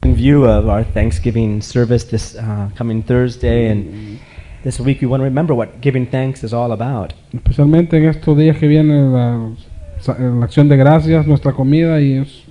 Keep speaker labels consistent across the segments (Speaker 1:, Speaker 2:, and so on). Speaker 1: review of our Thanksgiving service this uh, coming Thursday. And this week, we want to remember what giving thanks is all about.
Speaker 2: Especialmente en estos días que viene la, sa- la acción de gracias, nuestra comida y es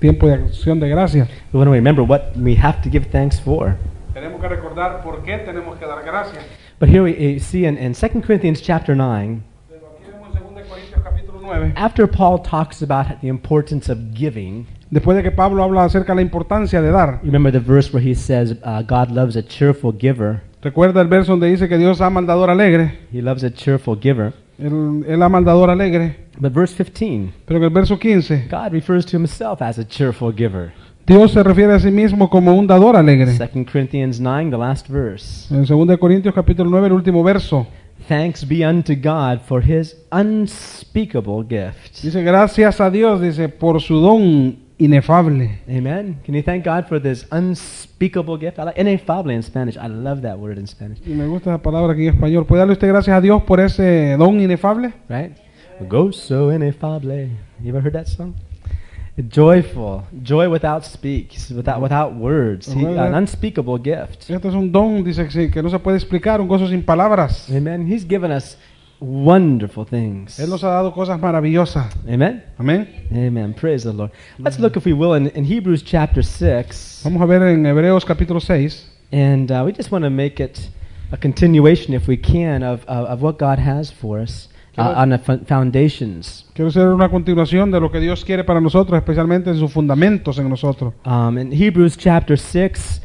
Speaker 2: tiempo de acción de gracias.
Speaker 1: We want to remember what we have to give thanks for.
Speaker 2: Tenemos que recordar por qué tenemos que dar gracias.
Speaker 1: But here we uh, see in, in 2 Corinthians chapter 9,
Speaker 2: Pero aquí vemos en 2 Corintios capítulo 9.
Speaker 1: after Paul talks about the importance of giving,
Speaker 2: Después de que Pablo habla acerca de la importancia de dar,
Speaker 1: remember the verse where he says, uh, God loves a cheerful giver.
Speaker 2: recuerda el verso donde dice que Dios ama al dador alegre.
Speaker 1: He loves a cheerful giver.
Speaker 2: Él, él ama al dador alegre.
Speaker 1: But verse 15,
Speaker 2: Pero en el verso 15,
Speaker 1: God refers to himself as a cheerful giver.
Speaker 2: Dios se refiere a sí mismo como un dador alegre.
Speaker 1: 2 Corinthians 9, the last verse.
Speaker 2: En 2 Corintios capítulo 9, el último verso,
Speaker 1: Thanks be unto God for his unspeakable gift.
Speaker 2: dice, gracias a Dios, dice, por su don inefable.
Speaker 1: Amen. Can you thank God for this unspeakable gift? I like inefable in Spanish. I love that word in Spanish,
Speaker 2: Y me gusta esa palabra aquí en español. ¿Puede darle usted gracias a Dios por ese don inefable?
Speaker 1: right? Go so ineffable. You ever heard that song? Joyful, joy without speaks, without without words. He-
Speaker 2: Well,
Speaker 1: an
Speaker 2: that-
Speaker 1: unspeakable gift.
Speaker 2: Este es un don, dice, que sí, que no se puede explicar, un gozo sin palabras.
Speaker 1: Amen. He's given us wonderful things.
Speaker 2: Él nos ha dado cosas maravillosas.
Speaker 1: Amen.
Speaker 2: Amén.
Speaker 1: Amen. Praise the Lord. Let's look, if we will, in, in Hebrews chapter 6.
Speaker 2: Vamos a ver en Hebreos capítulo 6.
Speaker 1: And uh, we just want to make it a continuation, if we can, of, of, of what God has for us uh,
Speaker 2: Quiero-
Speaker 1: on the fo- foundations.
Speaker 2: Quiero hacer una continuación de lo que Dios quiere para nosotros, especialmente en sus fundamentos en nosotros.
Speaker 1: Um, in Hebrews chapter 6,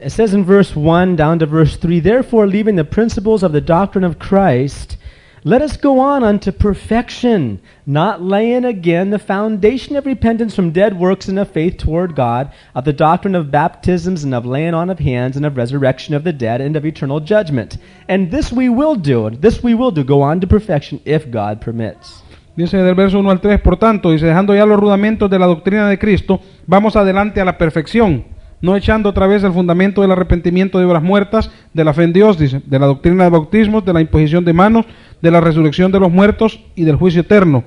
Speaker 1: it says in verse 1 down to verse 3 Therefore, leaving the principles of the doctrine of Christ, let us go on unto perfection, not laying again the foundation of repentance from dead works and of faith toward God, of the doctrine of baptisms and of laying on of hands and of resurrection of the dead and of eternal judgment. And this we will do, and this we will do, go on to perfection if God permits.
Speaker 2: Dice del verso 1 al 3, por tanto, dice, dejando ya los rudimentos de la doctrina de Cristo, vamos adelante a la perfección, no echando otra vez el fundamento del arrepentimiento de obras muertas, de la fe en Dios, dice, de la doctrina de bautismos, de la imposición de manos, de la resurrección de los muertos y del juicio eterno.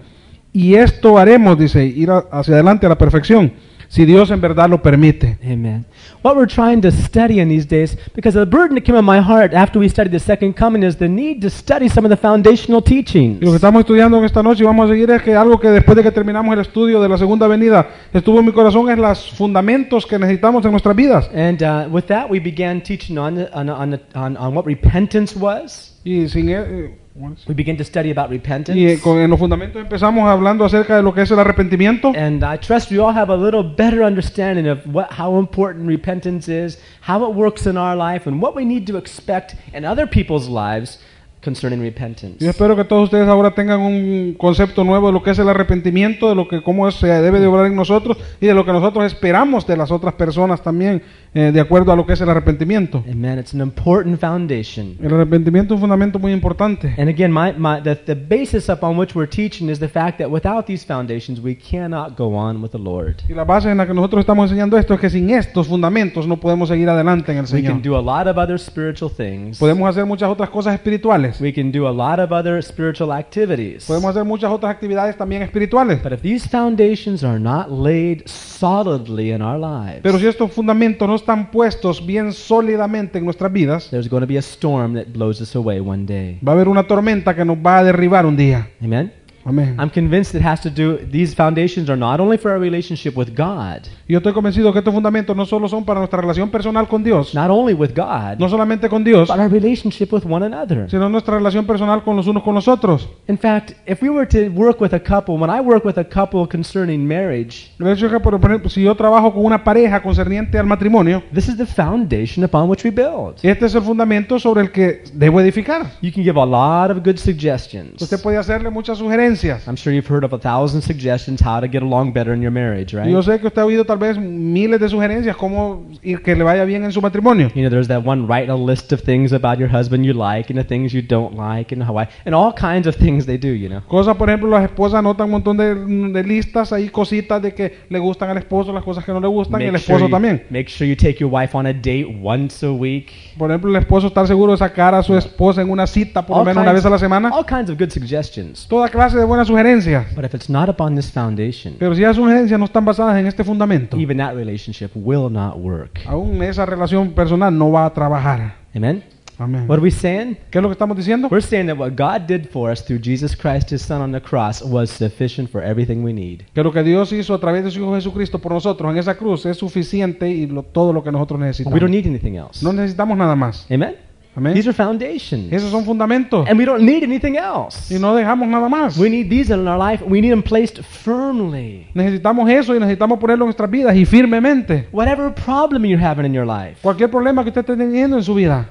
Speaker 2: Y esto haremos, dice, ir a- hacia adelante a la perfección, si Dios en verdad lo permite.
Speaker 1: Amen. What we're trying to study in these days, because the burden that came on my heart after we studied the second coming, is the need to study some of the foundational
Speaker 2: Y lo que
Speaker 1: teachings.
Speaker 2: estamos estudiando en esta noche y vamos a seguir es que algo que después de que terminamos el estudio de la segunda venida estuvo en mi corazón es los fundamentos que necesitamos en nuestras vidas.
Speaker 1: And uh, with that, we began teaching on, the- on, on, the- on, on what repentance was.
Speaker 2: Y sin e-
Speaker 1: We began to study about
Speaker 2: y eh,
Speaker 1: repentance.
Speaker 2: con- en los fundamentos empezamos hablando acerca de lo que es el arrepentimiento.
Speaker 1: And I trust you all have a little better understanding of what, how important repentance is, how it works in our life, and what we need to expect in other people's lives concerning repentance.
Speaker 2: Yo espero que todos ustedes ahora tengan un concepto nuevo de lo que es el arrepentimiento, de lo que cómo se debe de obrar en nosotros y de lo que nosotros esperamos de las otras personas también, eh, de acuerdo a lo que es el arrepentimiento.
Speaker 1: Amen. It's an important foundation.
Speaker 2: El arrepentimiento es un fundamento muy importante.
Speaker 1: And again, my, my, the, the basis upon which we're teaching is the fact that without these foundations, we cannot go on with the Lord.
Speaker 2: Y la base en la que nosotros estamos enseñando esto es que sin estos fundamentos no podemos seguir adelante en el
Speaker 1: We can
Speaker 2: Señor.
Speaker 1: do a lot of other spiritual things.
Speaker 2: Podemos hacer muchas otras cosas espirituales.
Speaker 1: We can do a lot of other spiritual activities.
Speaker 2: Podemos hacer muchas otras actividades también espirituales.
Speaker 1: But if these foundations are not laid solidly in our lives,
Speaker 2: Pero si estos fundamentos no están puestos bien sólidamente en nuestras vidas,
Speaker 1: there's going to be a storm that blows us away one day.
Speaker 2: va a haber una tormenta que nos va a derribar un día.
Speaker 1: Amen?
Speaker 2: Amén.
Speaker 1: I'm convinced it has to do, these foundations are not only for our relationship with God,
Speaker 2: Yo estoy convencido que estos fundamentos no solo son para nuestra relación personal con Dios,
Speaker 1: not only with God,
Speaker 2: no solamente con Dios,
Speaker 1: but our relationship with one another.
Speaker 2: sino nuestra relación personal con los unos con los otros.
Speaker 1: In fact, if we were to work with a couple, when I work with a couple concerning marriage,
Speaker 2: El hecho es que, por ejemplo, si yo trabajo con una pareja concerniente al matrimonio,
Speaker 1: this is the foundation upon which we build.
Speaker 2: este es el fundamento sobre el que debo edificar.
Speaker 1: You can give a lot of good suggestions.
Speaker 2: Usted puede hacerle muchas sugerencias.
Speaker 1: I'm sure you've heard of a thousand suggestions how to get along better in your marriage, right?
Speaker 2: Yo sé que usted ha oído tal vez miles de sugerencias cómo ir que le vaya bien en su matrimonio.
Speaker 1: You know, there's that one write a list of things about your husband you like and the things you don't like and Hawaii and all kinds of things they do, you know.
Speaker 2: Cosas, por ejemplo, las esposas anotan un montón de, de listas ahí, cositas de que le gustan al esposo, las cosas que no le gustan, y el esposo
Speaker 1: you,
Speaker 2: también.
Speaker 1: make sure you take your wife on a date once a week.
Speaker 2: Por ejemplo, el esposo estar seguro de sacar a su esposa en una cita por lo menos una vez a la semana.
Speaker 1: all kinds of good suggestions.
Speaker 2: Toda clase de buenas sugerencias.
Speaker 1: But if it's not upon this foundation,
Speaker 2: Pero si esas sugerencias no están basadas en este fundamento,
Speaker 1: even that relationship will not work.
Speaker 2: aún esa relación personal no va a trabajar.
Speaker 1: Amen?
Speaker 2: Amén.
Speaker 1: What are we saying?
Speaker 2: ¿Qué es lo que estamos diciendo?
Speaker 1: We're saying that what God did for us through Jesus Christ, his son on the cross, was sufficient for everything we need.
Speaker 2: Que lo que Dios hizo a través de su Hijo Jesucristo por nosotros en esa cruz es suficiente y lo- todo lo que
Speaker 1: We
Speaker 2: nosotros
Speaker 1: don't
Speaker 2: necesitamos.
Speaker 1: need anything else.
Speaker 2: No necesitamos nada más.
Speaker 1: Amen?
Speaker 2: Amén.
Speaker 1: These are foundations.
Speaker 2: Esos son fundamentos.
Speaker 1: And we don't need anything else.
Speaker 2: Y no dejamos nada más.
Speaker 1: We need these in our life. We need them placed firmly.
Speaker 2: Necesitamos eso y necesitamos ponerlo en nuestras vidas y firmemente.
Speaker 1: Whatever problem you're having in your life,
Speaker 2: Cualquier problema que usted esté teniendo en su vida,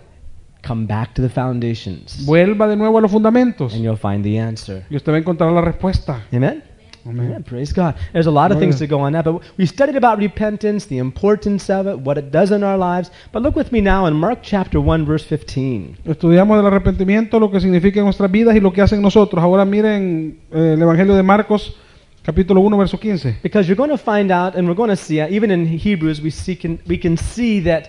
Speaker 1: come back to the foundations
Speaker 2: vuelva de nuevo a los fundamentos
Speaker 1: and you'll find the answer.
Speaker 2: y usted va a encontrar la respuesta.
Speaker 1: Amen?
Speaker 2: Amén.
Speaker 1: Amen. Praise God. There's a lot of things
Speaker 2: Hallelujah.
Speaker 1: to go on that, but we studied about repentance, the importance of it, what it does in our lives. But look with me now in Mark chapter 1, verse 15.
Speaker 2: Estudiamos del arrepentimiento, lo que significa en nuestras vidas y lo que hacen nosotros. Ahora miren eh, el Evangelio de Marcos, capítulo 1, verso 15.
Speaker 1: Because you're going to find out, and we're going to see, uh, even in Hebrews, we, see can, we can see that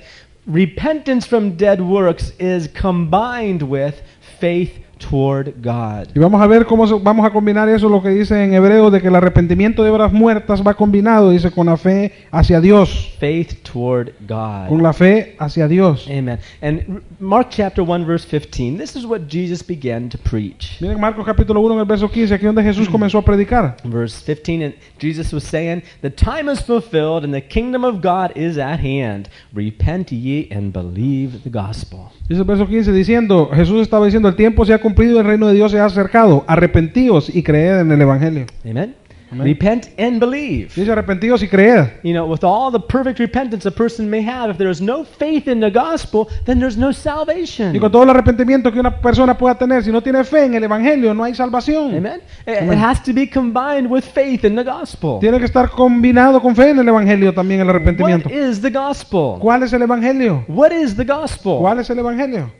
Speaker 1: repentance from dead works is combined with faith toward God.
Speaker 2: Y vamos a ver cómo se- vamos a combinar eso, lo que dice en Hebreo, de que el arrepentimiento de obras muertas va combinado, dice, con la fe hacia Dios.
Speaker 1: Faith toward God.
Speaker 2: Con la fe hacia Dios.
Speaker 1: Amen. And R- Mark chapter 1, verse 15, this is what Jesus began to preach.
Speaker 2: Miren Marcos capítulo 1, en el verso 15, aquí donde Jesús comenzó a predicar.
Speaker 1: Verse 15, and Jesus was saying, The time is fulfilled and the kingdom of God is at hand. Repent ye and believe the gospel.
Speaker 2: Dice el verso 15 diciendo, Jesús estaba diciendo, el tiempo se ha cumplido, el reino de Dios se ha acercado, arrepentíos y creed en el Evangelio.
Speaker 1: Amen.
Speaker 2: Amen.
Speaker 1: Repent and believe.
Speaker 2: Dice arrepentíos y creed.
Speaker 1: You know, with all the perfect repentance a person may have, if there is no faith in the gospel, then there's no salvation.
Speaker 2: Y con todo el arrepentimiento que una persona pueda tener, si no tiene fe en el Evangelio, no hay salvación.
Speaker 1: Amen? It- It
Speaker 2: Amen.
Speaker 1: has to be combined with faith in the gospel.
Speaker 2: Tiene que estar combinado con fe en el Evangelio también el arrepentimiento.
Speaker 1: What is the gospel?
Speaker 2: ¿Cuál es el Evangelio?
Speaker 1: What is the gospel?
Speaker 2: ¿Cuál es el Evangelio?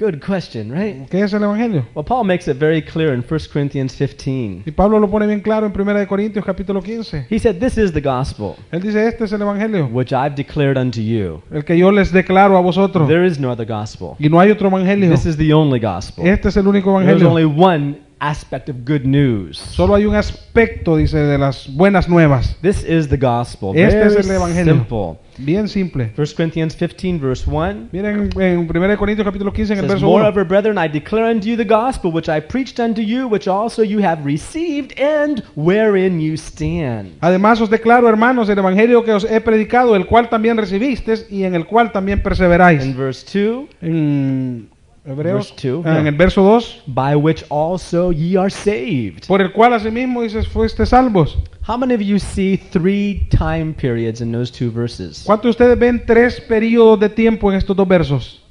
Speaker 1: Good question, right?
Speaker 2: ¿Qué es el Evangelio?
Speaker 1: Well, Paul makes it very clear in 1 Corinthians 15.
Speaker 2: Y Pablo lo pone bien claro en 1 de Corintios capítulo 15.
Speaker 1: He said, This is the gospel,
Speaker 2: Él dice, este es el Evangelio,
Speaker 1: which I've declared unto you.
Speaker 2: el que yo les declaro a vosotros.
Speaker 1: There is no other gospel.
Speaker 2: Y no hay otro Evangelio.
Speaker 1: This is the only gospel.
Speaker 2: Este es el único
Speaker 1: There's
Speaker 2: Evangelio.
Speaker 1: only one aspect of good news.
Speaker 2: Solo hay un aspecto, dice, de las buenas nuevas.
Speaker 1: This is the gospel.
Speaker 2: Este
Speaker 1: Very
Speaker 2: es el evangelio.
Speaker 1: simple.
Speaker 2: Bien simple.
Speaker 1: 1 Corinthians 15, verse 1.
Speaker 2: Miren en 1 de Corintios capítulo 15 en el
Speaker 1: Says,
Speaker 2: verso 1.
Speaker 1: Moreover, brethren, I declare unto you the gospel which I preached unto you, which also you have received, and wherein you stand.
Speaker 2: Además os declaro, hermanos, el evangelio que os he predicado, el cual también recibisteis y en el cual también
Speaker 1: In
Speaker 2: perseveráis.
Speaker 1: verse 2,
Speaker 2: En Hebreos,
Speaker 1: Verse two.
Speaker 2: ah, en el verso 2,
Speaker 1: by which also ye are saved.
Speaker 2: por el cual asimismo dices fuiste salvos.
Speaker 1: How many of you see three time periods in those two verses?
Speaker 2: ¿Cuántos de ustedes ven tres periodos de tiempo en estos dos versos?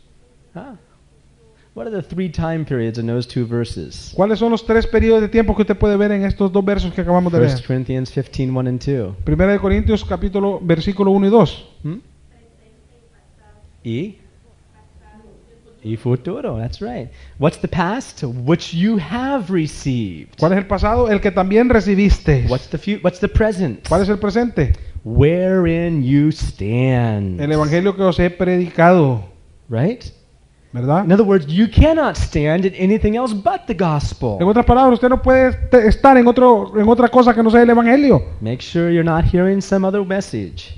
Speaker 1: Huh? What are the three time periods in those two verses?
Speaker 2: ¿Cuáles son los tres periodos de tiempo que usted puede ver en estos dos versos que acabamos de
Speaker 1: 1
Speaker 2: leer?
Speaker 1: Corinthians 15, 1 and 2.
Speaker 2: Primera de Corintios capítulo versículo 1 y 2.
Speaker 1: Hmm? E? E futuro, that's right. What's the past? Which you have received.
Speaker 2: ¿Cuál es el pasado? El que también recibiste.
Speaker 1: What's the fu- what's the present?
Speaker 2: ¿Cuál es el presente?
Speaker 1: Wherein you stand.
Speaker 2: El evangelio que os he predicado,
Speaker 1: Right?
Speaker 2: ¿verdad?
Speaker 1: In other words, you cannot stand in anything else but the
Speaker 2: En
Speaker 1: gospel.
Speaker 2: otras palabras, usted no puede est- estar en, otro, en otra cosa que no sea el Evangelio.
Speaker 1: Make sure you're not hearing some other message.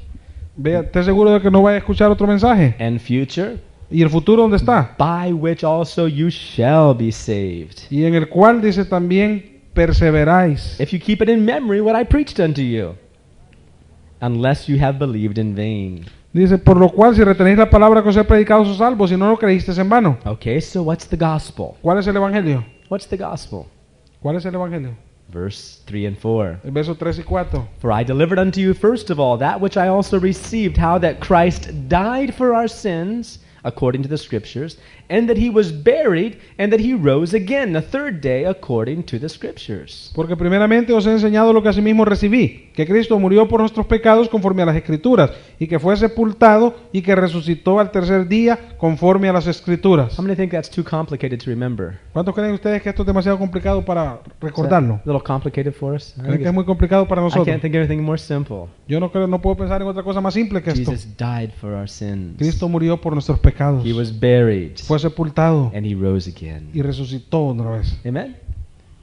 Speaker 2: Vea, esté seguro de que no vaya a escuchar otro mensaje.
Speaker 1: And future,
Speaker 2: ¿Y el futuro dónde está?
Speaker 1: by which also you shall be saved.
Speaker 2: Y en el cual dice también, perseveráis.
Speaker 1: If you keep it in memory what I preached unto you. Unless you have believed in vain.
Speaker 2: Dice, por lo cual si retenéis la palabra que os he predicado, sos salvos, si no lo creísteis en vano.
Speaker 1: Okay, so what's the gospel?
Speaker 2: ¿Cuál es el Evangelio?
Speaker 1: What's the gospel?
Speaker 2: ¿Cuál es el Evangelio?
Speaker 1: Verse 3 and 4.
Speaker 2: El verso 3 y 4.
Speaker 1: For I delivered unto you first of all that which I also received, how that Christ died for our sins, according to the Scriptures, and that he was buried, and that he rose again the third day, according to the Scriptures.
Speaker 2: Porque primeramente os he enseñado lo que asimismo recibí, que Cristo murió por nuestros pecados conforme a las escrituras, y que fue sepultado y que resucitó al tercer día conforme a las escrituras.
Speaker 1: How many think that's too complicated to remember?
Speaker 2: ¿Cuántos creen ustedes que esto es demasiado complicado para
Speaker 1: Is that
Speaker 2: recordarlo?
Speaker 1: A little complicated for us? I,
Speaker 2: ¿Creen
Speaker 1: think
Speaker 2: que es
Speaker 1: it's-
Speaker 2: muy complicado para
Speaker 1: I
Speaker 2: nosotros?
Speaker 1: can't think of anything more simple.
Speaker 2: Yo no creo, no puedo pensar en otra cosa más simple que esto.
Speaker 1: Jesus died for our sins.
Speaker 2: Cristo murió por nuestros pecados,
Speaker 1: He was buried,
Speaker 2: fue sepultado
Speaker 1: and he rose again.
Speaker 2: y resucitó otra vez.
Speaker 1: Amen?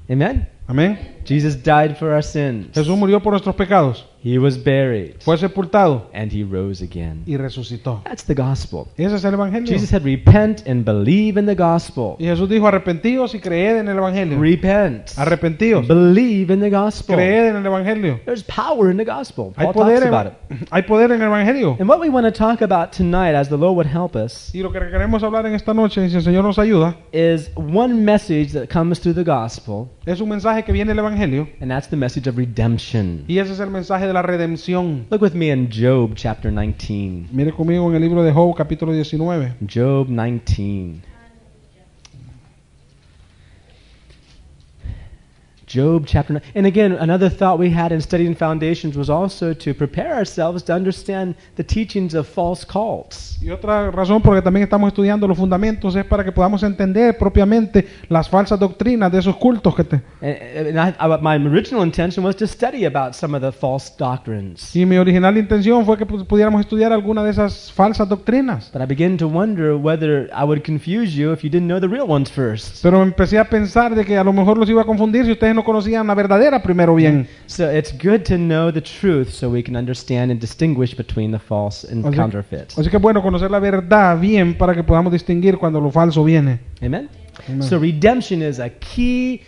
Speaker 1: Amen?
Speaker 2: Amén.
Speaker 1: Jesus died for our sins.
Speaker 2: Jesús murió por nuestros pecados,
Speaker 1: He was buried.
Speaker 2: fue sepultado
Speaker 1: And he rose again.
Speaker 2: y resucitó.
Speaker 1: That's the gospel.
Speaker 2: Ese es el Evangelio.
Speaker 1: Jesus said, repent and believe in the gospel.
Speaker 2: Y Jesús dijo, arrepentíos y creed en el Evangelio.
Speaker 1: Repent.
Speaker 2: Arrepentíos,
Speaker 1: Believe in the gospel.
Speaker 2: creed en el Evangelio.
Speaker 1: There's power in the gospel.
Speaker 2: Hay
Speaker 1: Paul
Speaker 2: poder,
Speaker 1: talks
Speaker 2: en,
Speaker 1: about it.
Speaker 2: hay poder en el Evangelio.
Speaker 1: And what we want to talk about tonight, as the Lord would help us,
Speaker 2: Y lo que queremos hablar en esta noche, y si el Señor nos ayuda,
Speaker 1: is one message that comes through the gospel,
Speaker 2: es un mensaje que viene del Evangelio.
Speaker 1: and that's the message of redemption.
Speaker 2: Y ese es el mensaje de la redención.
Speaker 1: Look with me in Job chapter 19.
Speaker 2: Mire conmigo en el libro de Job, capítulo 19.
Speaker 1: Job 19. Job chapter 9. And again, another thought we had in studying foundations was also to prepare ourselves to understand the teachings of false cults.
Speaker 2: Y otra razón porque también estamos estudiando los fundamentos es para que podamos entender propiamente las falsas doctrinas de esos cultos que te...
Speaker 1: And, and I, I- my original intention was to study about some of the false doctrines.
Speaker 2: Y mi original intención fue que pu- pudiéramos estudiar alguna de esas falsas doctrinas.
Speaker 1: But I began to wonder whether I would confuse you if you didn't know the real ones first.
Speaker 2: Pero empecé a pensar de que a lo mejor los iba a confundir si ustedes no conocían la verdadera primero bien.
Speaker 1: So it's good to know the truth so we can understand and distinguish between the false and
Speaker 2: Okay.
Speaker 1: counterfeit.
Speaker 2: Así que bueno, conocer la verdad bien para que podamos distinguir cuando lo falso viene.
Speaker 1: Amen?
Speaker 2: Amen.
Speaker 1: So redemption is a key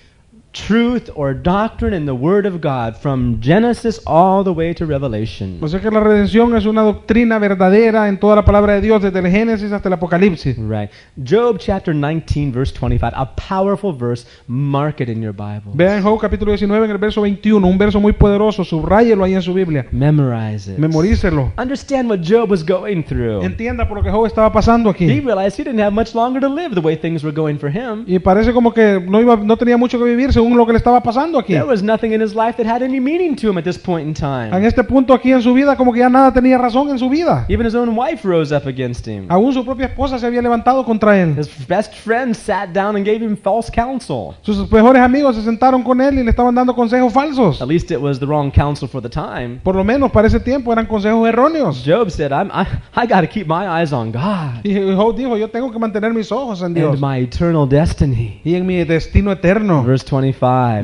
Speaker 1: truth or doctrine in the Word of God from Genesis all the way to Revelation.
Speaker 2: O sea que la redención es una doctrina verdadera en toda la palabra de Dios, desde el Génesis hasta el Apocalipsis.
Speaker 1: Right. Job chapter 19, verse 25, a powerful verse. Mark it in your Bible.
Speaker 2: Vean Job capítulo 19 en el verso 21, un verso muy poderoso, subráyelo ahí en su Biblia.
Speaker 1: Memorize it.
Speaker 2: Memorícelo.
Speaker 1: Understand what Job was going through.
Speaker 2: Entienda por lo que Job estaba pasando
Speaker 1: He
Speaker 2: aquí.
Speaker 1: realized he didn't have much longer to live the way things were going for him.
Speaker 2: Y parece como que no, iba, no tenía mucho que vivir según lo que le estaba pasando aquí.
Speaker 1: There was nothing in his life that had any meaning to him at this point in
Speaker 2: En
Speaker 1: time.
Speaker 2: este punto aquí en su vida, como que ya nada tenía razón en su vida.
Speaker 1: Even his own wife rose up against him.
Speaker 2: Aún su propia esposa se había levantado contra él.
Speaker 1: His best friend sat down and gave him false counsel.
Speaker 2: Sus mejores amigos se sentaron con él y le estaban dando consejos falsos.
Speaker 1: At least it was the wrong counsel for the time.
Speaker 2: Por lo menos para ese tiempo eran consejos erróneos.
Speaker 1: Job said, I'm, I, I got to keep my eyes on God
Speaker 2: Y Job dijo, yo tengo que mantener mis ojos en Dios
Speaker 1: and my eternal destiny.
Speaker 2: y en mi destino eterno.
Speaker 1: Verse 25.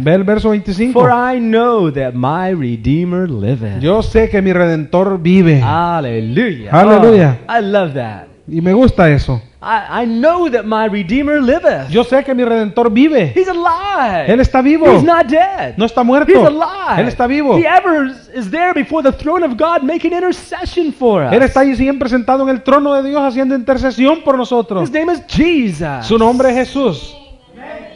Speaker 2: Ve el verso 25.
Speaker 1: For I know that my Redeemer liveth.
Speaker 2: Yo sé que mi Redentor vive.
Speaker 1: Ah. Hallelujah.
Speaker 2: Hallelujah.
Speaker 1: Oh, I love that.
Speaker 2: Y me gusta eso.
Speaker 1: I, I know that my Redeemer liveth.
Speaker 2: Yo sé que mi Redentor vive.
Speaker 1: He's alive.
Speaker 2: Él está vivo.
Speaker 1: He's not dead.
Speaker 2: No está
Speaker 1: He's
Speaker 2: muerto.
Speaker 1: alive.
Speaker 2: Él está vivo.
Speaker 1: He ever is- is there before the throne of God making intercession for us.
Speaker 2: Él está ahí siempre sentado en el trono de Dios haciendo intercesión por nosotros.
Speaker 1: His name is Jesus.
Speaker 2: Su nombre es Jesús.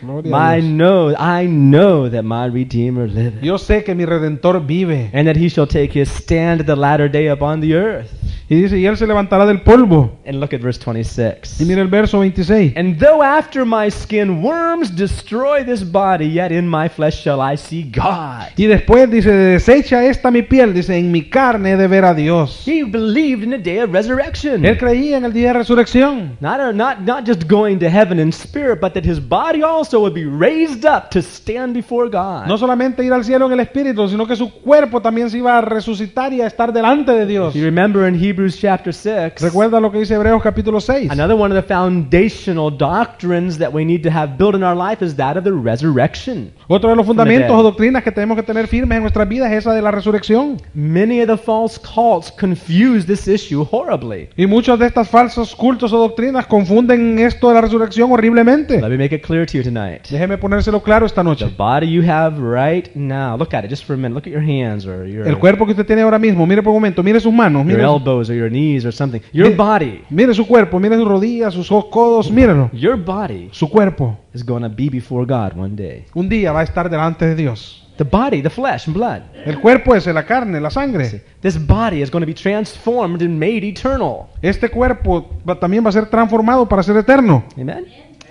Speaker 2: Gloria a
Speaker 1: My
Speaker 2: Dios.
Speaker 1: know, I know that my Redeemer liveth,
Speaker 2: Yo sé que mi Redentor vive.
Speaker 1: and that he shall take his stand at the latter day upon the earth.
Speaker 2: Y dice, y Él se levantará del polvo.
Speaker 1: And look at verse 26.
Speaker 2: Y mira el verso 26.
Speaker 1: And though after my skin worms destroy this body, yet in my flesh shall I see God.
Speaker 2: Y después dice, desecha esta mi piel. Dice, en mi carne he de ver a Dios.
Speaker 1: He believed in the day of resurrection.
Speaker 2: Él creía en el día de resurrección.
Speaker 1: Not, uh, not, not just going to heaven in spirit, but that his body also would be raised up to stand before God.
Speaker 2: No solamente ir al cielo en el espíritu, sino que su cuerpo también se iba a resucitar y a estar delante de Dios.
Speaker 1: You remember in Hebrews chapter 6,
Speaker 2: Recuerda lo que dice Hebreos capítulo 6.
Speaker 1: Another one of the foundational doctrines that we need to have built in our life is that of the resurrection.
Speaker 2: Otro de los fundamentos
Speaker 1: dead.
Speaker 2: o doctrinas que tenemos que tener firmes en nuestras vidas es esa de la resurrección.
Speaker 1: Many of the false cults confuse this issue horribly.
Speaker 2: Y muchos de estos falsos cultos o doctrinas confunden esto de la resurrección horriblemente.
Speaker 1: Let me make it clear to you tonight.
Speaker 2: Déjeme ponérselo claro esta
Speaker 1: The
Speaker 2: noche.
Speaker 1: body you have right now, look at it just for a minute. Look at your hands or your,
Speaker 2: El cuerpo que usted tiene ahora mismo, mire por un momento, mire sus manos,
Speaker 1: your
Speaker 2: mire,
Speaker 1: elbows or your knees or something. Your
Speaker 2: Mi-
Speaker 1: body,
Speaker 2: mire su cuerpo, mire sus rodillas, sus o- codos, mírelo.
Speaker 1: your body
Speaker 2: Su cuerpo
Speaker 1: is going to be before God one day.
Speaker 2: un día va a estar delante de Dios.
Speaker 1: The body, the flesh and blood.
Speaker 2: El cuerpo es la carne, la sangre.
Speaker 1: This body is going to be transformed and made eternal.
Speaker 2: Este cuerpo va- también va a ser transformado para ser eterno.
Speaker 1: Amen?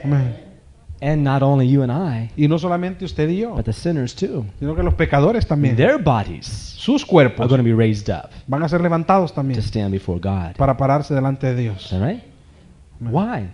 Speaker 2: Amén.
Speaker 1: And not only you and I,
Speaker 2: Y no solamente usted y yo,
Speaker 1: but the sinners too.
Speaker 2: sino que los pecadores también.
Speaker 1: their bodies
Speaker 2: Sus
Speaker 1: are
Speaker 2: cuerpos
Speaker 1: going to be raised up
Speaker 2: van a ser levantados también
Speaker 1: to stand before God.
Speaker 2: para pararse delante de Dios.
Speaker 1: All right? Why?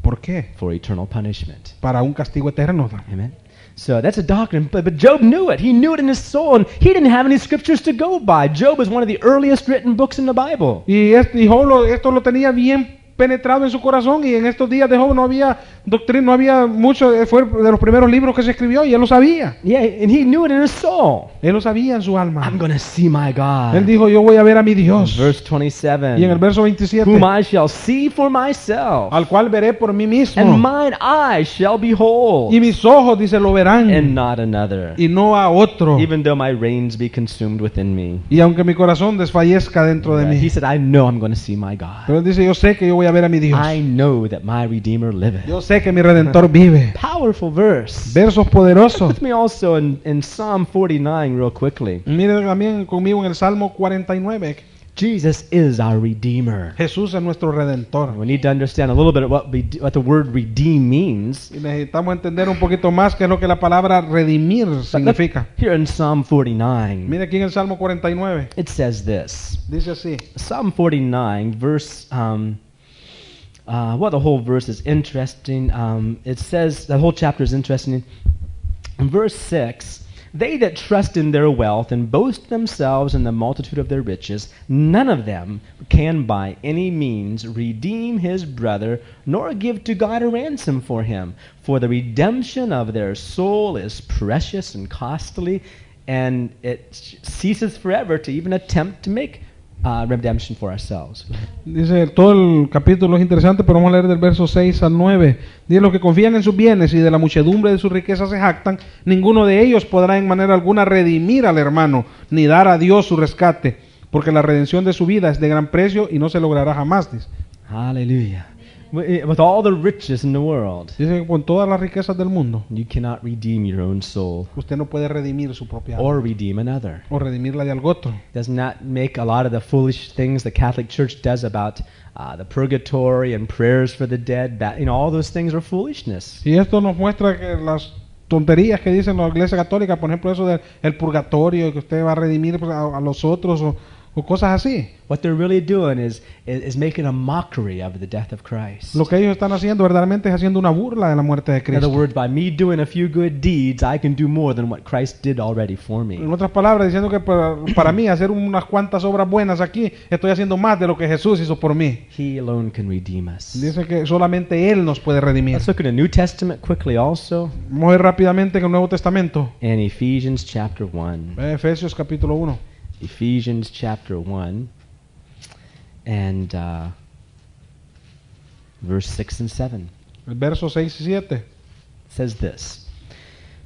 Speaker 2: ¿Por qué?
Speaker 1: For eternal punishment.
Speaker 2: Para un castigo eterno.
Speaker 1: Amen. So that's a doctrine, but, but Job knew it. He knew it in his soul, and he didn't have any scriptures to go by. Job is one of the earliest written books in the Bible.
Speaker 2: Y, este, y Job lo- esto lo tenía bien penetrado en su corazón y en estos días de Job no había doctrina, no había mucho, eh, fue de los primeros libros que se escribió y él lo sabía,
Speaker 1: Yeah, and he knew it in his soul.
Speaker 2: él lo sabía en su alma.
Speaker 1: I'm going to see my God.
Speaker 2: Él dijo, yo voy a ver a mi Dios.
Speaker 1: Verse
Speaker 2: Y en el
Speaker 1: 27.
Speaker 2: verso 27,
Speaker 1: Whom I shall see for myself,
Speaker 2: al cual veré por mí
Speaker 1: and
Speaker 2: mismo,
Speaker 1: mine eyes shall behold,
Speaker 2: y mis ojos, dice, lo
Speaker 1: and
Speaker 2: verán,
Speaker 1: not another,
Speaker 2: y no a otro,
Speaker 1: even though my reins be consumed within me.
Speaker 2: y aunque mi corazón desfallezca dentro de
Speaker 1: Right? He
Speaker 2: mí.
Speaker 1: said, I know I'm going to see my God.
Speaker 2: Pero él dice, yo sé que yo voy a ver a mi Dios.
Speaker 1: I know that my Redeemer liveth.
Speaker 2: Yo sé que mi Redentor vive.
Speaker 1: Powerful verse.
Speaker 2: Versos
Speaker 1: Look
Speaker 2: poderosos.
Speaker 1: with me also in, in Psalm 49 real quickly.
Speaker 2: Mire también conmigo en el Salmo 49.
Speaker 1: Jesus is our Redeemer.
Speaker 2: Jesús es nuestro Redentor.
Speaker 1: We need to understand a little bit of what, we, what the word redeem means.
Speaker 2: Y necesitamos entender un poquito más qué es lo que la palabra redimir
Speaker 1: But look
Speaker 2: significa.
Speaker 1: Here in Psalm 49,
Speaker 2: Mire aquí en el Salmo 49.
Speaker 1: it says this.
Speaker 2: Dice así.
Speaker 1: Psalm 49, verse, um, uh, well, the whole verse is interesting. Um, it says, the whole chapter is interesting. In verse 6, they that trust in their wealth and boast themselves in the multitude of their riches, none of them can by any means redeem his brother, nor give to God a ransom for him. For the redemption of their soul is precious and costly, and it ceases forever to even attempt to make uh, redemption for ourselves.
Speaker 2: Dice, todo el capítulo es interesante, pero vamos a leer del verso 6 al 9. Dice, los que confían en sus bienes y de la muchedumbre de sus riquezas se jactan, ninguno de ellos podrá en manera alguna redimir al hermano, ni dar a Dios su rescate, porque la redención de su vida es de gran precio y no se logrará jamás. Dice,
Speaker 1: Hallelujah. Wi- With all the riches in the world,
Speaker 2: dice que con todas las riquezas del mundo,
Speaker 1: you cannot redeem your own soul
Speaker 2: usted no puede redimir su propia alma,
Speaker 1: or redeem another.
Speaker 2: o redimirla de algo otro.
Speaker 1: does not make a lot of the foolish things the Catholic Church does about uh, the purgatory and prayers for the dead. That, you know, all those things are foolishness.
Speaker 2: Y esto nos muestra que las tonterías que dicen la iglesia católica, por ejemplo, eso del el purgatorio, que usted va a redimir pues, a, a los otros o- o cosas así.
Speaker 1: What they're really doing is, is is making a mockery of the death of Christ.
Speaker 2: Lo que ellos están haciendo verdaderamente es haciendo una burla de la muerte de
Speaker 1: In other
Speaker 2: Cristo.
Speaker 1: words, by me doing a few good deeds, I can do more than what Christ did already for
Speaker 2: En
Speaker 1: me.
Speaker 2: otras palabras, diciendo que para, para mí hacer unas cuantas obras buenas aquí, estoy haciendo más de lo que Jesús hizo por mí.
Speaker 1: He alone can redeem us.
Speaker 2: Dice que solamente Él nos puede redimir.
Speaker 1: Let's look at the New Testament quickly also
Speaker 2: Vamos a ver rápidamente con el Nuevo Testamento.
Speaker 1: in Ephesians chapter 1.
Speaker 2: Eh, Efesios capítulo 1.
Speaker 1: Ephesians chapter 1 and uh, verse 6 and 7.
Speaker 2: El verso 6 y 7.
Speaker 1: says this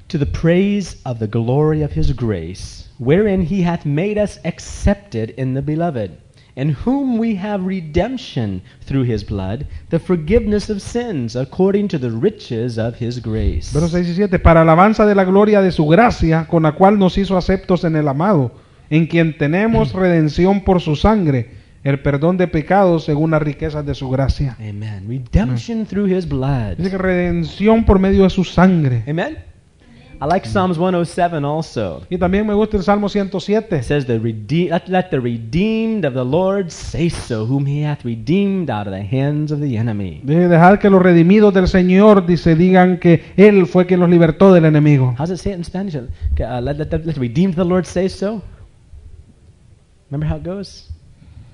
Speaker 1: To the praise of the glory of his grace, wherein he hath made us accepted in the beloved, in whom we have redemption through his blood, the forgiveness of sins, according to the riches of his grace.
Speaker 2: Verso 6 y 7. Para alabanza de la gloria de su gracia, con la cual nos hizo aceptos en el amado, en quien tenemos redención por su sangre, el perdón de pecados según las riquezas de su gracia.
Speaker 1: Amen. Redemption through his
Speaker 2: Dice
Speaker 1: blood.
Speaker 2: que redención por medio de su sangre.
Speaker 1: Amen. I like Psalms 107 also.
Speaker 2: Y también me gusta el Salmo
Speaker 1: It
Speaker 2: 107.
Speaker 1: says, the rede- let, let the redeemed of the Lord say so, whom he hath redeemed out of the hands of the enemy.
Speaker 2: Dice, dejad que los redimidos del Señor, dice, digan que Él fue quien los libertó del enemigo.
Speaker 1: How does it say it in Spanish? Uh, let, let, let, let redeemed the Lord say so. Remember how it goes?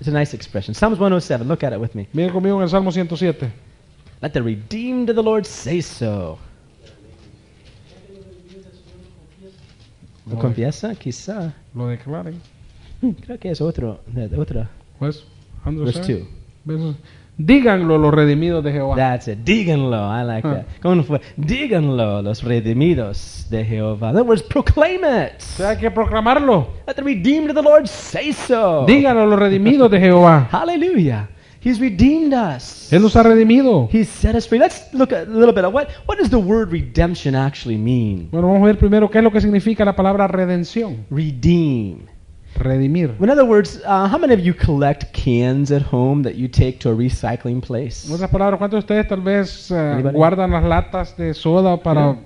Speaker 1: It's a nice expression. Psalms 107, look at it with me.
Speaker 2: Miren conmigo en el Salmo 107.
Speaker 1: Let the redeemed of the Lord say so. ¿Lo confiesa? Quizá.
Speaker 2: Lo declaren.
Speaker 1: Hmm, Creo que es otro. de- de Otra.
Speaker 2: Pues, 107.
Speaker 1: Verse 2.
Speaker 2: Versos- Díganlo los redimidos de Jehová.
Speaker 1: That's it. Díganlo. I like
Speaker 2: Huh.
Speaker 1: that. ¿Cómo fue? Díganlo, los redimidos de Jehová. In other words, proclaim it.
Speaker 2: O sea, hay que proclamarlo.
Speaker 1: Let the redeemed of the Lord say so.
Speaker 2: Díganlo los redimidos de Jehová.
Speaker 1: Hallelujah. He's redeemed us.
Speaker 2: Él los ha redimido.
Speaker 1: He's set us free. Let's look a little bit at what, what does the word redemption actually mean?
Speaker 2: Bueno, vamos a ver primero qué es lo que significa la palabra redención.
Speaker 1: Redeem.
Speaker 2: Redimir.
Speaker 1: In other words, uh, how many of you collect cans at home that you take to a recycling place?
Speaker 2: En otras palabras, ¿cuántos de ustedes tal vez eh,
Speaker 1: Anybody?
Speaker 2: guardan las latas de soda para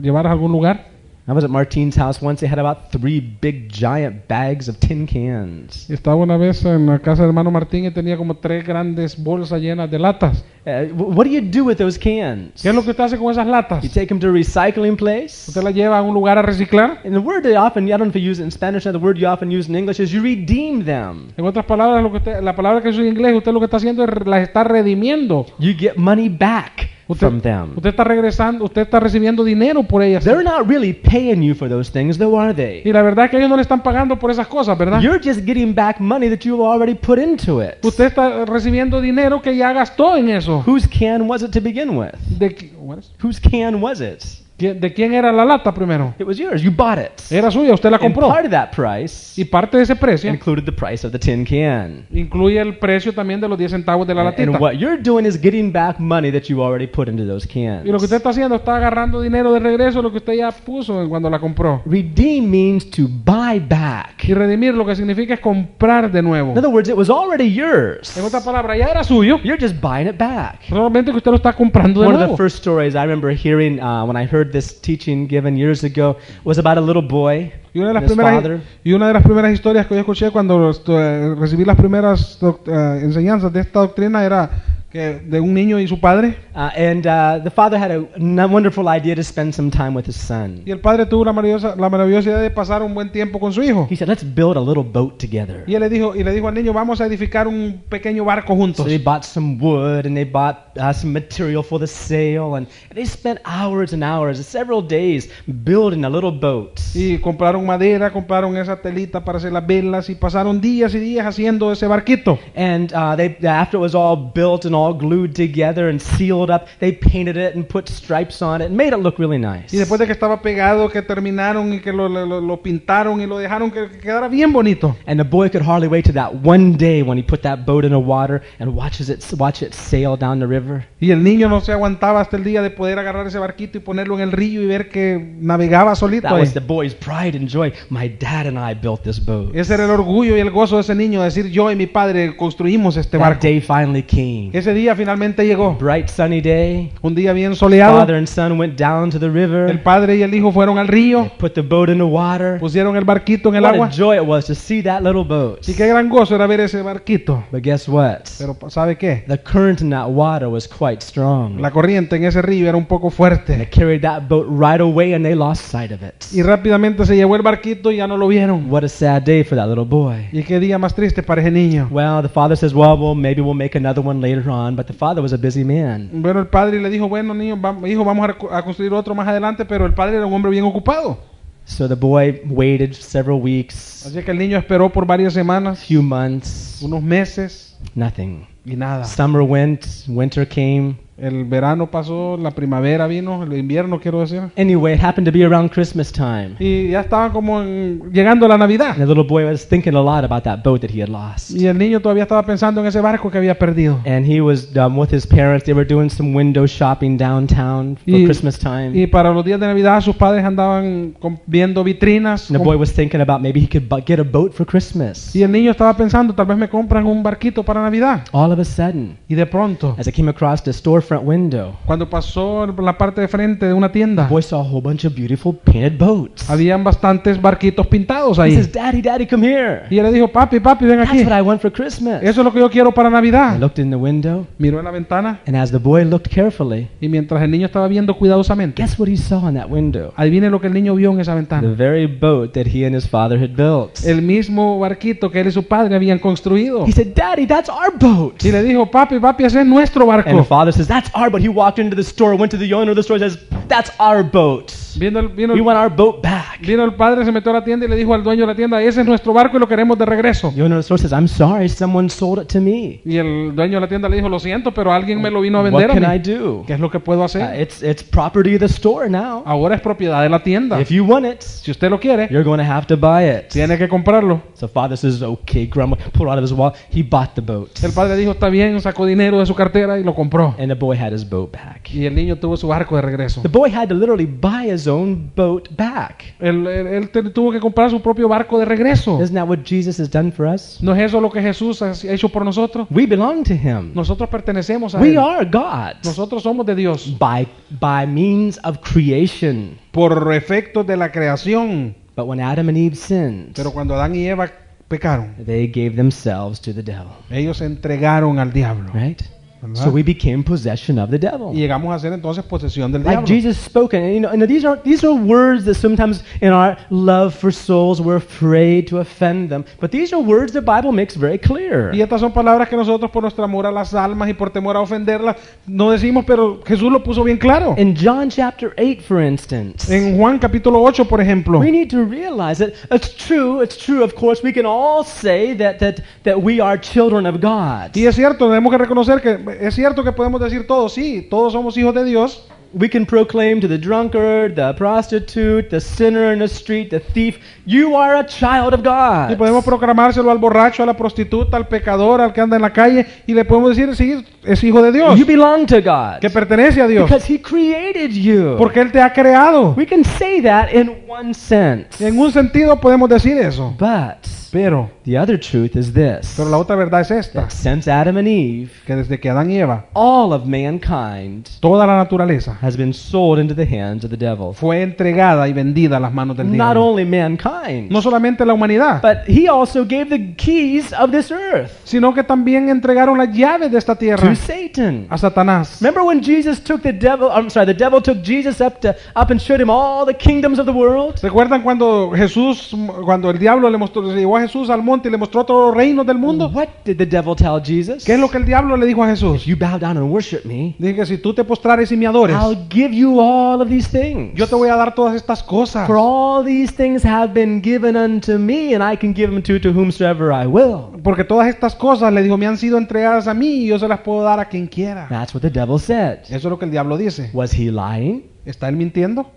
Speaker 2: llevarlas a algún lugar?
Speaker 1: I was at Martine's house once. They had about three big giant bags of tin cans.
Speaker 2: Estaba una vez en la casa del hermano Martín y tenía como tres grandes bolsas llenas de latas.
Speaker 1: Uh, wh- what do you do with those cans?
Speaker 2: ¿Qué es lo que usted hace con esas latas?
Speaker 1: You take them to a recycling place.
Speaker 2: ¿Usted las lleva a un lugar a reciclar?
Speaker 1: And the word they often, I don't know if you use it in Spanish, now the word you often use in English is you redeem them.
Speaker 2: En otras palabras, lo que usted- la palabra que usa en inglés, usted lo que está haciendo es re- las está redimiendo.
Speaker 1: You get money back
Speaker 2: Usted,
Speaker 1: from them.
Speaker 2: usted está regresando, usted está recibiendo dinero por ellas.
Speaker 1: They're not really paying you for those things, though, are they?
Speaker 2: Y la verdad es que ellos no le están pagando por esas cosas, ¿verdad?
Speaker 1: You're just getting back money that you've already put into it.
Speaker 2: Usted está recibiendo dinero que ya gastó en eso.
Speaker 1: Whose can was it to begin with?
Speaker 2: ¿De, qui- what is-
Speaker 1: Whose can was it?
Speaker 2: qui- de quién era la lata primero?
Speaker 1: It was yours. You bought it.
Speaker 2: Era suya, usted la
Speaker 1: And
Speaker 2: compró.
Speaker 1: part of that price
Speaker 2: Y parte de ese precio
Speaker 1: included the price of the tin can.
Speaker 2: incluye el precio también de los 10 centavos de la
Speaker 1: And
Speaker 2: latita.
Speaker 1: what you're doing is getting back money that you already put into those cans.
Speaker 2: Y lo que usted está haciendo está agarrando dinero de regreso lo que usted ya puso en cuando la compró.
Speaker 1: Redeem means to buy back.
Speaker 2: Y redimir lo que significa es comprar de nuevo.
Speaker 1: In other words, it was already yours.
Speaker 2: En otras palabras, ya era suyo,
Speaker 1: You're just buying it back.
Speaker 2: solamente que usted lo está comprando de
Speaker 1: One of
Speaker 2: nuevo.
Speaker 1: the first stories I remember hearing uh, when I heard this teaching given years ago was about a little boy
Speaker 2: Y una, de
Speaker 1: and
Speaker 2: las
Speaker 1: his
Speaker 2: primeras,
Speaker 1: father.
Speaker 2: y una de las primeras historias que yo escuché cuando eh, recibí las primeras doc- eh, enseñanzas de esta doctrina era que de un niño y su padre.
Speaker 1: Uh, and uh, the father had a n- wonderful idea to spend some time with his son.
Speaker 2: Y el padre tuvo la maravillosa, la maravillosidad de pasar un buen tiempo con su hijo.
Speaker 1: He said, "Let's build a little boat together."
Speaker 2: Y él le dijo, y le dijo al niño, vamos a edificar un pequeño barco
Speaker 1: So
Speaker 2: juntos.
Speaker 1: they bought some wood and they bought uh, some material for the sail, and they spent hours and hours, several days, building a little boat.
Speaker 2: Y compraron madera, compraron esa telita para hacer las velas y pasaron días y días haciendo ese barquito.
Speaker 1: And uh, they, after it was all built and all glued together and sealed up, they painted it and put stripes on it and made it look really nice.
Speaker 2: Y después de que estaba pegado, que terminaron y que lo, lo- lo pintaron y lo dejaron que, que quedara bien bonito.
Speaker 1: And the boy could hardly wait to that one day when he put that boat in the water and watches it watch it sail down the river.
Speaker 2: Y el niño no se aguantaba hasta el día de poder agarrar ese barquito y ponerlo en el río y ver que navegaba solito. eh.
Speaker 1: That
Speaker 2: ahí.
Speaker 1: was the boy's pride and joy. My dad and I built this boat.
Speaker 2: Ese era el orgullo y el gozo de ese niño, decir yo y mi padre construimos este
Speaker 1: That
Speaker 2: barco.
Speaker 1: day finally came.
Speaker 2: Ese día finalmente llegó,
Speaker 1: Bright sunny day.
Speaker 2: un día bien soleado.
Speaker 1: Father and son went down to the
Speaker 2: El
Speaker 1: river,
Speaker 2: padre y el hijo fueron al río,
Speaker 1: put the boat in the water.
Speaker 2: pusieron el barquito en el
Speaker 1: What a
Speaker 2: agua.
Speaker 1: joy it was to see that little boat.
Speaker 2: Y qué gran gozo era ver ese barquito.
Speaker 1: But guess what?
Speaker 2: Pero ¿sabe qué?
Speaker 1: The current in that water was quite strong.
Speaker 2: La corriente en ese río era un poco
Speaker 1: And
Speaker 2: fuerte.
Speaker 1: it carried that boat right away and they lost sight of it.
Speaker 2: Y rápidamente se llevó el barquito y ya no lo vieron.
Speaker 1: What a sad day for that little boy.
Speaker 2: Y qué día más triste para ese niño.
Speaker 1: Well, the father says, well, well, maybe we'll make another one later on. But the father was a busy man.
Speaker 2: Bueno, el padre le dijo, bueno, niño, va- hijo, vamos a, recu- a construir otro más adelante, pero el padre era un hombre bien ocupado.
Speaker 1: So the boy waited several weeks,
Speaker 2: Así que el niño esperó por varias semanas,
Speaker 1: few months,
Speaker 2: unos meses
Speaker 1: nothing.
Speaker 2: y nada.
Speaker 1: Summer went, winter came.
Speaker 2: El verano pasó, la primavera vino, el invierno quiero decir.
Speaker 1: Anyway, it happened to be around Christmas time.
Speaker 2: Y ya estaba como en- llegando la Navidad.
Speaker 1: And the little boy was thinking a lot about that boat that he had lost.
Speaker 2: Y el niño todavía estaba pensando en ese barco que había perdido.
Speaker 1: And he was um, with his parents. They were doing some window shopping downtown for
Speaker 2: Y-
Speaker 1: Christmas time.
Speaker 2: Y para los días de Navidad sus padres andaban com- viendo vitrinas.
Speaker 1: And the
Speaker 2: com-
Speaker 1: boy was thinking about maybe he could bu- get a boat for Christmas.
Speaker 2: Y el niño estaba pensando, tal vez me compran un barquito para Navidad.
Speaker 1: All of a sudden,
Speaker 2: Y de pronto,
Speaker 1: as it came across the storefront window,
Speaker 2: cuando pasó por la parte de frente de una
Speaker 1: the
Speaker 2: tienda,
Speaker 1: boy saw a whole bunch of beautiful painted boats. He
Speaker 2: habían bastantes barquitos pintados ahí.
Speaker 1: says, Daddy, Daddy, come here.
Speaker 2: Y él le dijo, papi, papi, ven
Speaker 1: That's
Speaker 2: aquí.
Speaker 1: what I want for Christmas.
Speaker 2: Eso es lo que yo quiero para
Speaker 1: I
Speaker 2: Navidad.
Speaker 1: looked in the window,
Speaker 2: Miró en la ventana
Speaker 1: and as the boy looked carefully,
Speaker 2: y mientras el niño estaba viendo cuidadosamente,
Speaker 1: guess what he saw in that window?
Speaker 2: adivine lo que el niño vio en esa
Speaker 1: The
Speaker 2: ventana.
Speaker 1: very boat that he and his father had built.
Speaker 2: El mismo barquito que él y su padre habían construido.
Speaker 1: He said, Daddy, that's our boat.
Speaker 2: Y le dijo, papi, papi, ese es nuestro
Speaker 1: And the
Speaker 2: barco.
Speaker 1: father says, That's our boat. He walked into the store, went to the owner of the store, says, That's our boat.
Speaker 2: Vino el, vino
Speaker 1: We
Speaker 2: el
Speaker 1: want our boat back.
Speaker 2: Vino el padre, se metió a la tienda y le dijo al dueño de la tienda, ese es nuestro barco y lo queremos de regreso.
Speaker 1: The owner of the store says, I'm sorry, someone sold it to me.
Speaker 2: Y el dueño de la tienda le dijo, lo siento, pero alguien me lo vino a
Speaker 1: What
Speaker 2: vender
Speaker 1: can
Speaker 2: a
Speaker 1: I
Speaker 2: mí.
Speaker 1: do?
Speaker 2: ¿Qué es lo que puedo
Speaker 1: Uh,
Speaker 2: hacer?
Speaker 1: it's, it's property of the store now.
Speaker 2: Ahora es propiedad de la tienda.
Speaker 1: If you want it,
Speaker 2: Si usted lo quiere,
Speaker 1: you're going to have to buy it.
Speaker 2: tiene que comprarlo.
Speaker 1: So father says, Okay, grandma, pulled out of his wallet. He bought the boat.
Speaker 2: El padre dijo, está bien, sacó dinero de su cartera y lo compró.
Speaker 1: And the boy had his boat back.
Speaker 2: Y el niño tuvo su barco de regreso.
Speaker 1: The boy had to literally buy his his own boat back.
Speaker 2: Él, él- él te- tuvo que comprar su propio barco de regreso.
Speaker 1: Isn't that what Jesus has done for us?
Speaker 2: ¿No es eso lo que Jesús ha hecho por nosotros?
Speaker 1: We belong to him.
Speaker 2: Nosotros pertenecemos a
Speaker 1: We
Speaker 2: Él.
Speaker 1: are God
Speaker 2: Nosotros somos de Dios.
Speaker 1: by, by means of creation.
Speaker 2: Por efectos de la creación.
Speaker 1: But when Adam and Eve sinned,
Speaker 2: Pero cuando Adán y Eva pecaron,
Speaker 1: they gave themselves to the devil,
Speaker 2: ellos se entregaron al diablo.
Speaker 1: right?
Speaker 2: ¿verdad?
Speaker 1: So we became possession of the
Speaker 2: Y
Speaker 1: devil.
Speaker 2: llegamos a ser entonces posesión del
Speaker 1: Like
Speaker 2: diablo.
Speaker 1: Jesus spoke, and you know, and these are these are words that sometimes in our love for souls we're afraid to offend them. But these are words the Bible makes very clear.
Speaker 2: Y estas son palabras que nosotros por nuestro amor a las almas y por temor a ofenderlas no decimos, pero Jesús lo puso bien claro.
Speaker 1: In John chapter 8, for instance,
Speaker 2: En Juan capítulo 8, por ejemplo.
Speaker 1: we need to realize that it's true, it's true, of course, we can all say that, that, that we are children of God.
Speaker 2: Y es cierto, tenemos que reconocer que es cierto que podemos decir todos, sí, todos somos hijos de Dios.
Speaker 1: We can proclaim to the drunkard, the prostitute, the sinner in the street, the thief, you are a child of God.
Speaker 2: Y podemos proclamárselo al borracho, a la prostituta, al pecador, al que anda en la calle. Y le podemos decir, sí, es hijo de Dios,
Speaker 1: You belong to God
Speaker 2: que pertenece a Dios,
Speaker 1: because He created you.
Speaker 2: porque Él te ha creado.
Speaker 1: We can say that in one sense.
Speaker 2: En un sentido podemos decir eso.
Speaker 1: But
Speaker 2: Pero,
Speaker 1: the other truth is this
Speaker 2: pero la otra verdad es esta,
Speaker 1: that since Adam and Eve,
Speaker 2: que desde que Adán y Eva,
Speaker 1: all of mankind
Speaker 2: toda la naturaleza
Speaker 1: has been sold into the hands of the devil.
Speaker 2: fue entregada y vendida a las manos del
Speaker 1: Not
Speaker 2: diablo.
Speaker 1: only mankind,
Speaker 2: No solamente la humanidad,
Speaker 1: but he also gave the keys of this earth
Speaker 2: sino que también entregaron las llaves de esta tierra
Speaker 1: to Satan.
Speaker 2: a Satanás.
Speaker 1: Remember when Jesus took the devil, I'm sorry, the devil took Jesus up to up and showed him all the kingdoms of the world?
Speaker 2: ¿Recuerdan cuando Jesús, cuando el diablo le mostró, le llevó a Jesús al monte y le mostró todos los reinos del mundo?
Speaker 1: What did the devil tell Jesus?
Speaker 2: ¿Qué es lo que el diablo le dijo a
Speaker 1: If
Speaker 2: Jesús?
Speaker 1: you bow down and worship me,
Speaker 2: Dije que si tú te postrares y me adores,
Speaker 1: I'll give you all of these things.
Speaker 2: yo te voy a dar todas estas cosas.
Speaker 1: For all these things have been given unto me, and I can give them to, to whomsoever I will.
Speaker 2: Porque todas estas cosas, le dijo, me han sido entregadas a mí y yo se las puedo dar a quien quiera.
Speaker 1: That's what the devil said.
Speaker 2: Eso es lo que el diablo dice.
Speaker 1: Was he lying?
Speaker 2: ¿Está él mintiendo?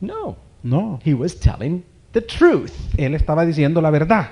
Speaker 1: No.
Speaker 2: No.
Speaker 1: He was telling the truth.
Speaker 2: Él estaba diciendo la verdad.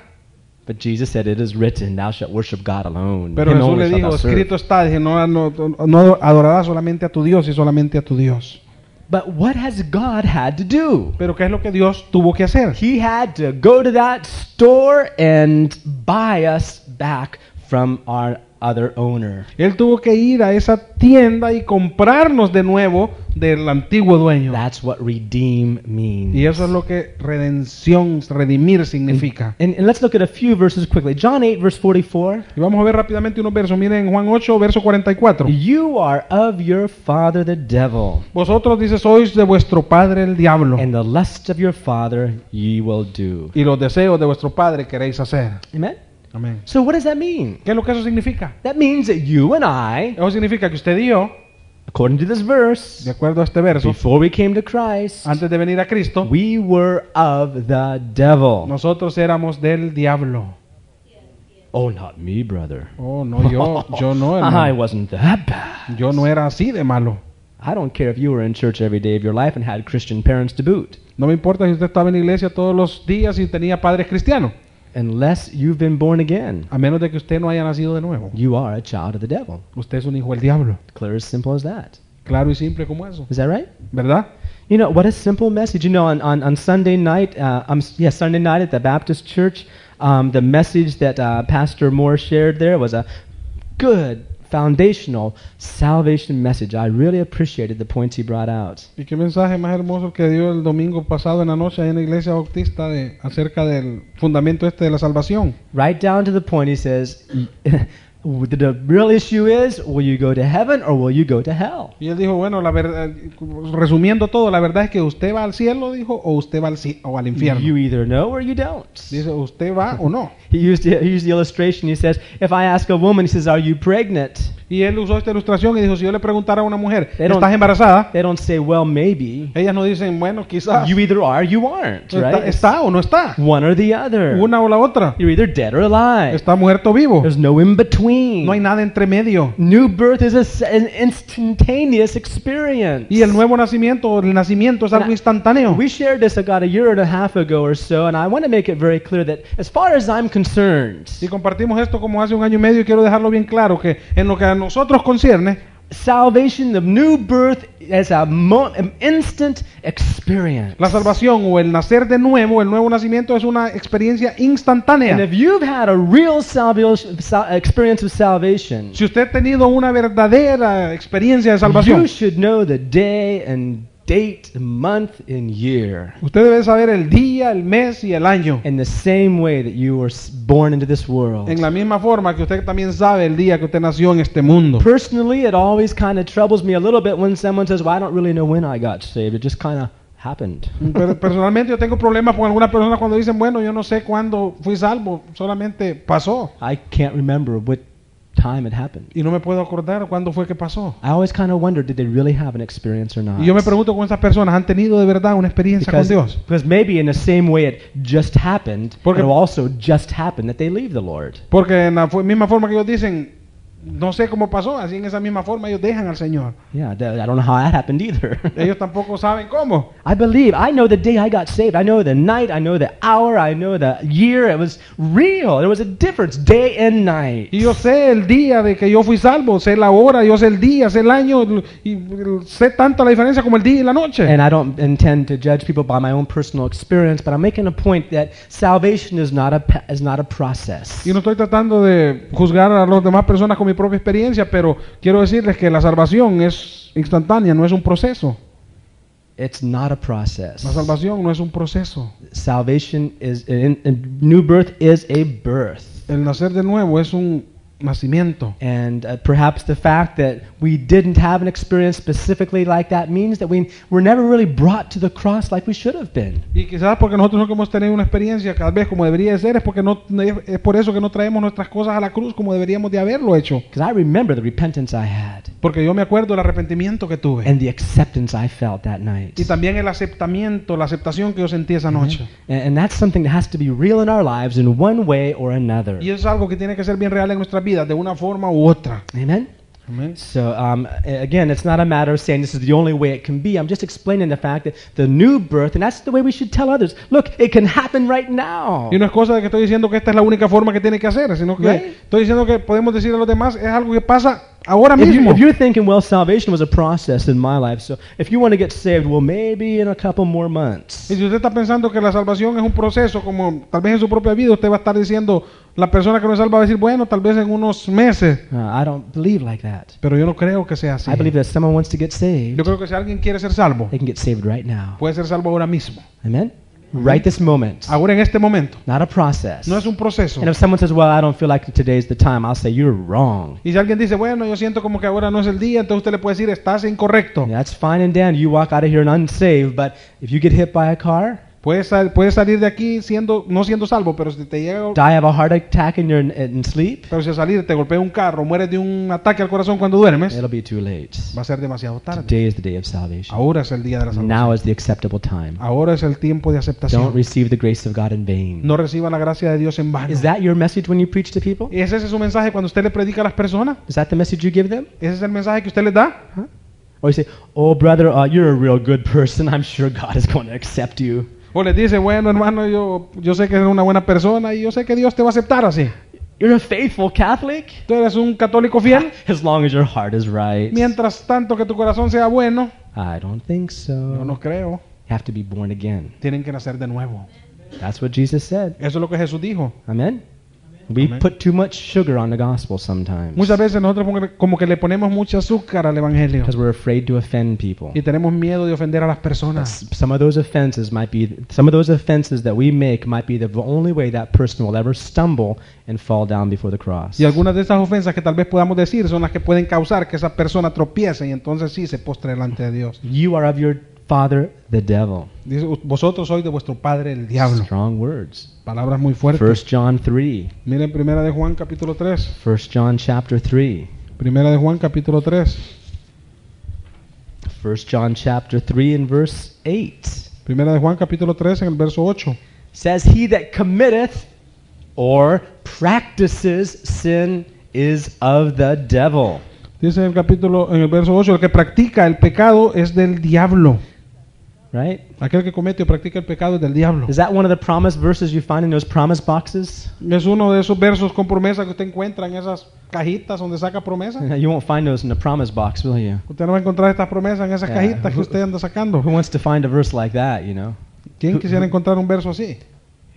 Speaker 1: But Jesus said, It is written, Thou shalt worship God alone.
Speaker 2: Pero
Speaker 1: Him
Speaker 2: Jesús
Speaker 1: only
Speaker 2: le
Speaker 1: shalt thou
Speaker 2: dijo,
Speaker 1: serve."
Speaker 2: escrito está, dije, no, no, no adorarás solamente a tu Dios y solamente a tu Dios.
Speaker 1: But what has God had to do?
Speaker 2: Pero ¿qué es lo que Dios tuvo que hacer?
Speaker 1: He had to go to that store and buy us back from our other owner.
Speaker 2: Él tuvo que ir a esa tienda y comprarnos de nuevo del antiguo dueño.
Speaker 1: That's what redeem means.
Speaker 2: Y eso es lo que redención, redimir significa.
Speaker 1: And, and let's look at a few verses quickly. John 8, verse 44.
Speaker 2: Y vamos a ver rápidamente unos versos. Miren en Juan 8, verso 44.
Speaker 1: You are of your father the devil,
Speaker 2: Vosotros dice, sois de vuestro padre el diablo.
Speaker 1: and the lust of your father ye will do.
Speaker 2: Y los deseos de vuestro padre queréis hacer.
Speaker 1: Amen?
Speaker 2: Amén.
Speaker 1: So, what does that mean?
Speaker 2: ¿Qué es lo que eso significa?
Speaker 1: That means that you and I,
Speaker 2: Eso significa que usted y yo,
Speaker 1: according to this
Speaker 2: de
Speaker 1: verse,
Speaker 2: acuerdo a este verso,
Speaker 1: before we came to Christ,
Speaker 2: antes de venir a Cristo,
Speaker 1: we were of the devil.
Speaker 2: nosotros éramos del diablo.
Speaker 1: Oh, not me, brother.
Speaker 2: Oh, no, yo, yo no,
Speaker 1: I
Speaker 2: hermano.
Speaker 1: wasn't that bad.
Speaker 2: Yo no era así de malo.
Speaker 1: I don't care if you were in church every day of your life and had Christian parents to boot.
Speaker 2: No me importa si usted estaba en la iglesia todos los días y tenía padres cristianos,
Speaker 1: Unless you've been born again,
Speaker 2: a menos de que usted no haya nacido de nuevo.
Speaker 1: you are a child of the devil.
Speaker 2: Usted es un hijo del diablo.
Speaker 1: Clear as simple as that.
Speaker 2: Claro y simple como eso,
Speaker 1: Is that right?
Speaker 2: ¿verdad?
Speaker 1: You know, what a simple message. You know, on, on, on Sunday night, uh, um, yeah, Sunday night at the Baptist church, um, the message that uh, Pastor Moore shared there was a good, foundational salvation message. I really appreciated the points he brought out.
Speaker 2: Y qué mensaje más hermoso que dio el domingo pasado en la noche ahí en la iglesia bautista de, acerca del fundamento este de la salvación.
Speaker 1: Right down to the point, he says, the, the real issue is, will you go to heaven or will you go to hell?
Speaker 2: Y él dijo, bueno, la verdad, resumiendo todo, la verdad es que usted va al cielo, dijo, o usted va al, ci- o al infierno.
Speaker 1: You either know or you don't.
Speaker 2: Dice, usted va o no.
Speaker 1: He used, he used the illustration. He says, if I ask a woman, he says, are you pregnant?
Speaker 2: Y él usó esta ilustración y dijo, si yo le preguntara a una mujer,
Speaker 1: They don't-
Speaker 2: ¿estás embarazada?
Speaker 1: They don't say, well, maybe.
Speaker 2: Ellas no dicen, bueno, quizás.
Speaker 1: You either are, you aren't,
Speaker 2: Está,
Speaker 1: right?
Speaker 2: está o no está.
Speaker 1: One or the other.
Speaker 2: Una o la otra.
Speaker 1: You're either dead or alive.
Speaker 2: Está muerto o vivo.
Speaker 1: There's no in between.
Speaker 2: No hay nada entre medio.
Speaker 1: New birth is a s an instantaneous experience.
Speaker 2: Y el nuevo nacimiento, el nacimiento es algo
Speaker 1: Na-
Speaker 2: instantáneo.
Speaker 1: We shared this about a year and a half ago or so, and I want to make it very clear that, as far as I'm concerned,
Speaker 2: Y compartimos esto como hace un año y medio y quiero dejarlo bien claro que en lo que a nosotros concierne,
Speaker 1: salvation, the new birth, as a mo- an instant experience.
Speaker 2: La salvación o el nacer de nuevo, el nuevo nacimiento es una experiencia
Speaker 1: And
Speaker 2: instantánea.
Speaker 1: if you've had a real salvation, sal- experience of salvation,
Speaker 2: Si usted ha tenido una verdadera experiencia de
Speaker 1: you
Speaker 2: salvación,
Speaker 1: should know the day and date, month and year.
Speaker 2: usted debe saber el día, el mes y el año.
Speaker 1: In the same way that you were s- born into this world.
Speaker 2: En la misma forma que usted también sabe el día que usted nació en este mundo.
Speaker 1: Personally, it always kind of troubles me a little bit when someone says, Well, I don't really know when I got saved. It just kind of happened.
Speaker 2: Per- Personalmente yo tengo problemas con algunas personas cuando dicen, bueno, yo no sé cuándo fui salvo, solamente pasó.
Speaker 1: I can't remember what time it happened.
Speaker 2: Y no me puedo acordar cuándo fue que pasó.
Speaker 1: I always kind of wonder did they really have an experience or not?
Speaker 2: Y yo me pregunto con esas personas, ¿han tenido de verdad una experiencia con
Speaker 1: because,
Speaker 2: Dios?
Speaker 1: because maybe in the same way it just happened,
Speaker 2: Porque-
Speaker 1: it'll also just happen that they leave the Lord.
Speaker 2: Porque en la fu- misma forma que ellos dicen, no sé cómo pasó, así en esa misma forma ellos dejan al Señor.
Speaker 1: Yeah, th- I don't know how that happened either.
Speaker 2: Ellos tampoco saben cómo.
Speaker 1: I believe. I know the day I got saved. I know the night. I know the hour. I know the year. It was real. There was a difference day and night.
Speaker 2: Y yo sé el día de que yo fui salvo, sé la hora, yo sé el día, sé el año, l- y l- sé tanto la diferencia como el día y la noche.
Speaker 1: And I don't intend to judge people by my own personal experience, but I'm making a point that salvation is not a pa- is not a process.
Speaker 2: Y no estoy tratando de juzgar a las demás personas con mi propia experiencia, pero quiero decirles que la salvación es instantánea, no es un proceso.
Speaker 1: it's not a process.
Speaker 2: La salvación no es un proceso.
Speaker 1: Salvation is in, in- new birth is a birth.
Speaker 2: El nacer de nuevo es un nacimiento.
Speaker 1: And uh, perhaps the fact that we didn't have an experience specifically like that means that we were never really brought to the cross like we should have been.
Speaker 2: Y quizás porque nosotros no hemos tenido una experiencia tal vez como debería de ser, es porque no es por eso que no traemos nuestras cosas a la cruz como deberíamos de haberlo hecho.
Speaker 1: Because I remember the repentance I had
Speaker 2: Porque yo me acuerdo el arrepentimiento que tuve.
Speaker 1: and the acceptance I felt that night.
Speaker 2: Y también el aceptamiento, la aceptación que yo sentí esa noche.
Speaker 1: And, and that's something that has to be real in our lives in one way or another.
Speaker 2: Y eso es algo que tiene que ser bien real en nuestras vidas, de una forma u otra.
Speaker 1: Amen?
Speaker 2: Amén.
Speaker 1: So, um, a- again, it's not a matter of saying this is the only way it can be. I'm just explaining the fact that the new birth, and that's the way we should tell others look, it can happen right now.
Speaker 2: Y no es cosa de que estoy diciendo que esta es la única forma que tiene que hacer, sino que
Speaker 1: Right.
Speaker 2: estoy diciendo que podemos decir a los demás, es algo que pasa ahora
Speaker 1: if, you,
Speaker 2: mismo.
Speaker 1: if you're thinking, well, salvation was a process in my life, so if you want to get saved, well, maybe in a couple more months.
Speaker 2: Y si usted está pensando que la salvación es un proceso, como tal vez en su propia vida, usted va a estar diciendo, la persona que no es salva va a decir, bueno, tal vez en unos meses.
Speaker 1: Uh, I don't believe like that.
Speaker 2: Pero yo no creo que sea así.
Speaker 1: I believe that if someone wants to get saved,
Speaker 2: Yo creo que si alguien quiere ser salvo,
Speaker 1: they can get saved right now.
Speaker 2: puede ser salvo ahora mismo.
Speaker 1: Amen? Right this moment.
Speaker 2: Ahora en este momento.
Speaker 1: Not a process.
Speaker 2: No es un proceso.
Speaker 1: And if someone says, "Well, I don't feel like today's the time," I'll say, "You're wrong."
Speaker 2: Y si alguien dice, bueno, yo siento como que ahora no es el día, entonces usted le puede decir, estás incorrecto.
Speaker 1: And that's fine and dandy. You walk out of here and unsaved, but if you get hit by a car,
Speaker 2: Puedes, sal- puedes salir de aquí siendo no siendo salvo, pero si te llega
Speaker 1: die of a heart attack in your in sleep,
Speaker 2: pero si al salir te golpea un carro, mueres de un ataque al corazón cuando duermes,
Speaker 1: it'll be too late.
Speaker 2: va a ser demasiado tarde.
Speaker 1: Today is the day of salvation.
Speaker 2: Ahora es el día de la salvación.
Speaker 1: Now is the acceptable time.
Speaker 2: Ahora es el tiempo de
Speaker 1: Don't
Speaker 2: aceptación.
Speaker 1: receive the grace of God in vain.
Speaker 2: No reciba la gracia de Dios en vano.
Speaker 1: Is that your message when you preach to people?
Speaker 2: ¿Ese es su mensaje cuando usted le predica a las personas?
Speaker 1: Is that the message you give them?
Speaker 2: ¿Ese es el mensaje que usted les da? ¿Ah?
Speaker 1: Or you say, "Oh, brother, uh, you're a real good person. I'm sure God is going to accept you."
Speaker 2: ¿O les dice, bueno, hermano, yo, yo sé que eres una buena persona y yo sé que Dios te va a aceptar así?
Speaker 1: You're a faithful Catholic,
Speaker 2: Tú eres un católico fiel.
Speaker 1: as long as your heart is right.
Speaker 2: Mientras tanto que tu corazón sea bueno,
Speaker 1: I don't think so.
Speaker 2: yo no creo.
Speaker 1: You have to be born again.
Speaker 2: Tienen que nacer de nuevo.
Speaker 1: That's what Jesus said.
Speaker 2: Eso es lo que Jesús dijo.
Speaker 1: Amen. We
Speaker 2: Amen.
Speaker 1: put too much sugar on the gospel sometimes
Speaker 2: Muchas veces nosotros como- como que le ponemos mucho azúcar al Evangelio
Speaker 1: because we're afraid to offend people.
Speaker 2: y tenemos miedo de ofender a las personas.
Speaker 1: S- Some of those offenses might be some of those offenses that we make might be the v- only way that person will ever stumble and fall down before the cross.
Speaker 2: Y algunas de esas ofensas que tal vez podamos decir son las que pueden causar que esa persona tropiece y entonces sí se postre delante de Dios.
Speaker 1: You are of your father the devil.
Speaker 2: Dice, vosotros sois de vuestro padre el diablo.
Speaker 1: Strong words.
Speaker 2: Palabras muy fuertes.
Speaker 1: First John 3.
Speaker 2: Miren primera de Juan capítulo 3.
Speaker 1: First John chapter 3.
Speaker 2: Primera de Juan capítulo 3.
Speaker 1: First John chapter 3 and verse 8.
Speaker 2: Primera de Juan capítulo 3 en el verso 8.
Speaker 1: says he that committeth or practices sin is of the devil.
Speaker 2: Dice en el capítulo en el verso 8, el que practica el pecado es del diablo.
Speaker 1: right?
Speaker 2: Aquel que comete o practica el pecado es del diablo.
Speaker 1: Is that one of the promise verses you find in those promise boxes?
Speaker 2: Es uno de esos versos con promesa que usted encuentra en esas cajitas donde saca promesas.
Speaker 1: You won't find those in the promise box, will you?
Speaker 2: Usted no va a encontrar estas promesas en esas
Speaker 1: Yeah.
Speaker 2: cajitas que usted anda sacando.
Speaker 1: Who wants to find a verse like that, you know?
Speaker 2: ¿Quién quisiera encontrar un verso así?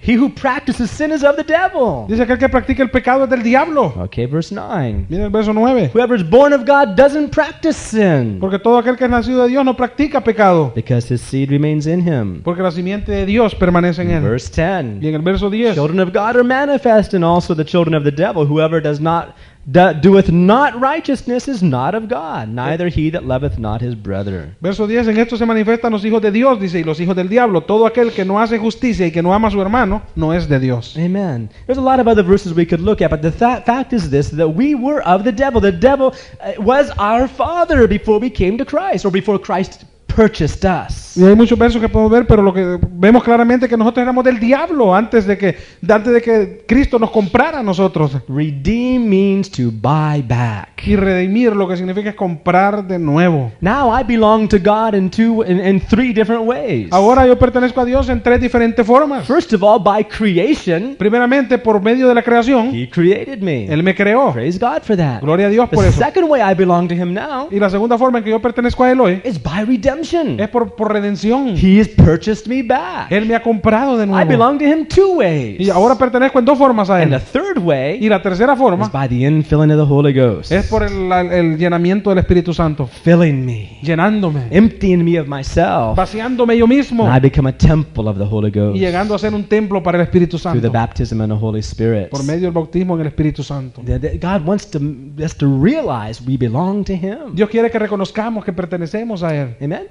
Speaker 1: He who practices sin is of the devil.
Speaker 2: Dice aquel que practica el pecado es del diablo.
Speaker 1: Okay, verse 9.
Speaker 2: Mira el verso 9.
Speaker 1: Whoever is born of God doesn't practice sin
Speaker 2: Porque todo aquel que es nacido de Dios no practica pecado.
Speaker 1: because his seed remains in him.
Speaker 2: Porque la simiente de Dios permanece en él.
Speaker 1: Verse
Speaker 2: Y
Speaker 1: 10.
Speaker 2: en el verso 10.
Speaker 1: Children of God are manifest and also the children of the devil. Whoever does not do- doeth not righteousness is not of God, neither he that loveth not his brother.
Speaker 2: Verso 10, en esto se manifiestan los hijos de Dios, dice, y los hijos del diablo. Todo aquel que no hace justicia y que no ama a su hermano, no es de Dios.
Speaker 1: Amen. There's a lot of other verses we could look at, but the tha- fact is this that we were of the devil. The devil uh, was our father before we came to Christ or before Christ purchased us.
Speaker 2: Y hay muchos versos que podemos ver, pero lo que vemos claramente es que nosotros éramos del diablo antes de que, antes de que Cristo nos comprara a nosotros.
Speaker 1: Redeem means to buy back.
Speaker 2: Y redimir lo que significa es comprar de nuevo.
Speaker 1: Now I belong to God in two in, in three different ways.
Speaker 2: Ahora yo pertenezco a Dios en tres diferentes formas.
Speaker 1: First of all, by creation,
Speaker 2: Primeramente, por medio de la creación,
Speaker 1: He created me.
Speaker 2: Él me creó.
Speaker 1: Praise God for that.
Speaker 2: Gloria a Dios por
Speaker 1: The
Speaker 2: eso.
Speaker 1: second way I belong to Him now
Speaker 2: Y la segunda forma en que yo pertenezco a Él hoy
Speaker 1: is by redemption.
Speaker 2: es por, por redención.
Speaker 1: He has purchased me back.
Speaker 2: Él me ha comprado de
Speaker 1: I
Speaker 2: nuevo.
Speaker 1: belong to Him two ways.
Speaker 2: Y ahora pertenezco en dos formas a
Speaker 1: And the
Speaker 2: Él.
Speaker 1: third way
Speaker 2: Y la tercera
Speaker 1: is
Speaker 2: forma
Speaker 1: by the infilling of the Holy Ghost.
Speaker 2: es por el, la- el llenamiento del Espíritu Santo,
Speaker 1: Filling me,
Speaker 2: llenándome,
Speaker 1: emptying me of myself.
Speaker 2: vaciándome yo mismo
Speaker 1: And I become a temple of the Holy Ghost
Speaker 2: y llegando a ser un templo para el Espíritu
Speaker 1: through the
Speaker 2: Santo
Speaker 1: baptism in the Holy Spirit.
Speaker 2: por medio del bautismo en el Espíritu Santo.
Speaker 1: That- that God wants to, us to realize we belong to Him.
Speaker 2: Dios quiere que reconozcamos que pertenecemos a Él.
Speaker 1: Amen?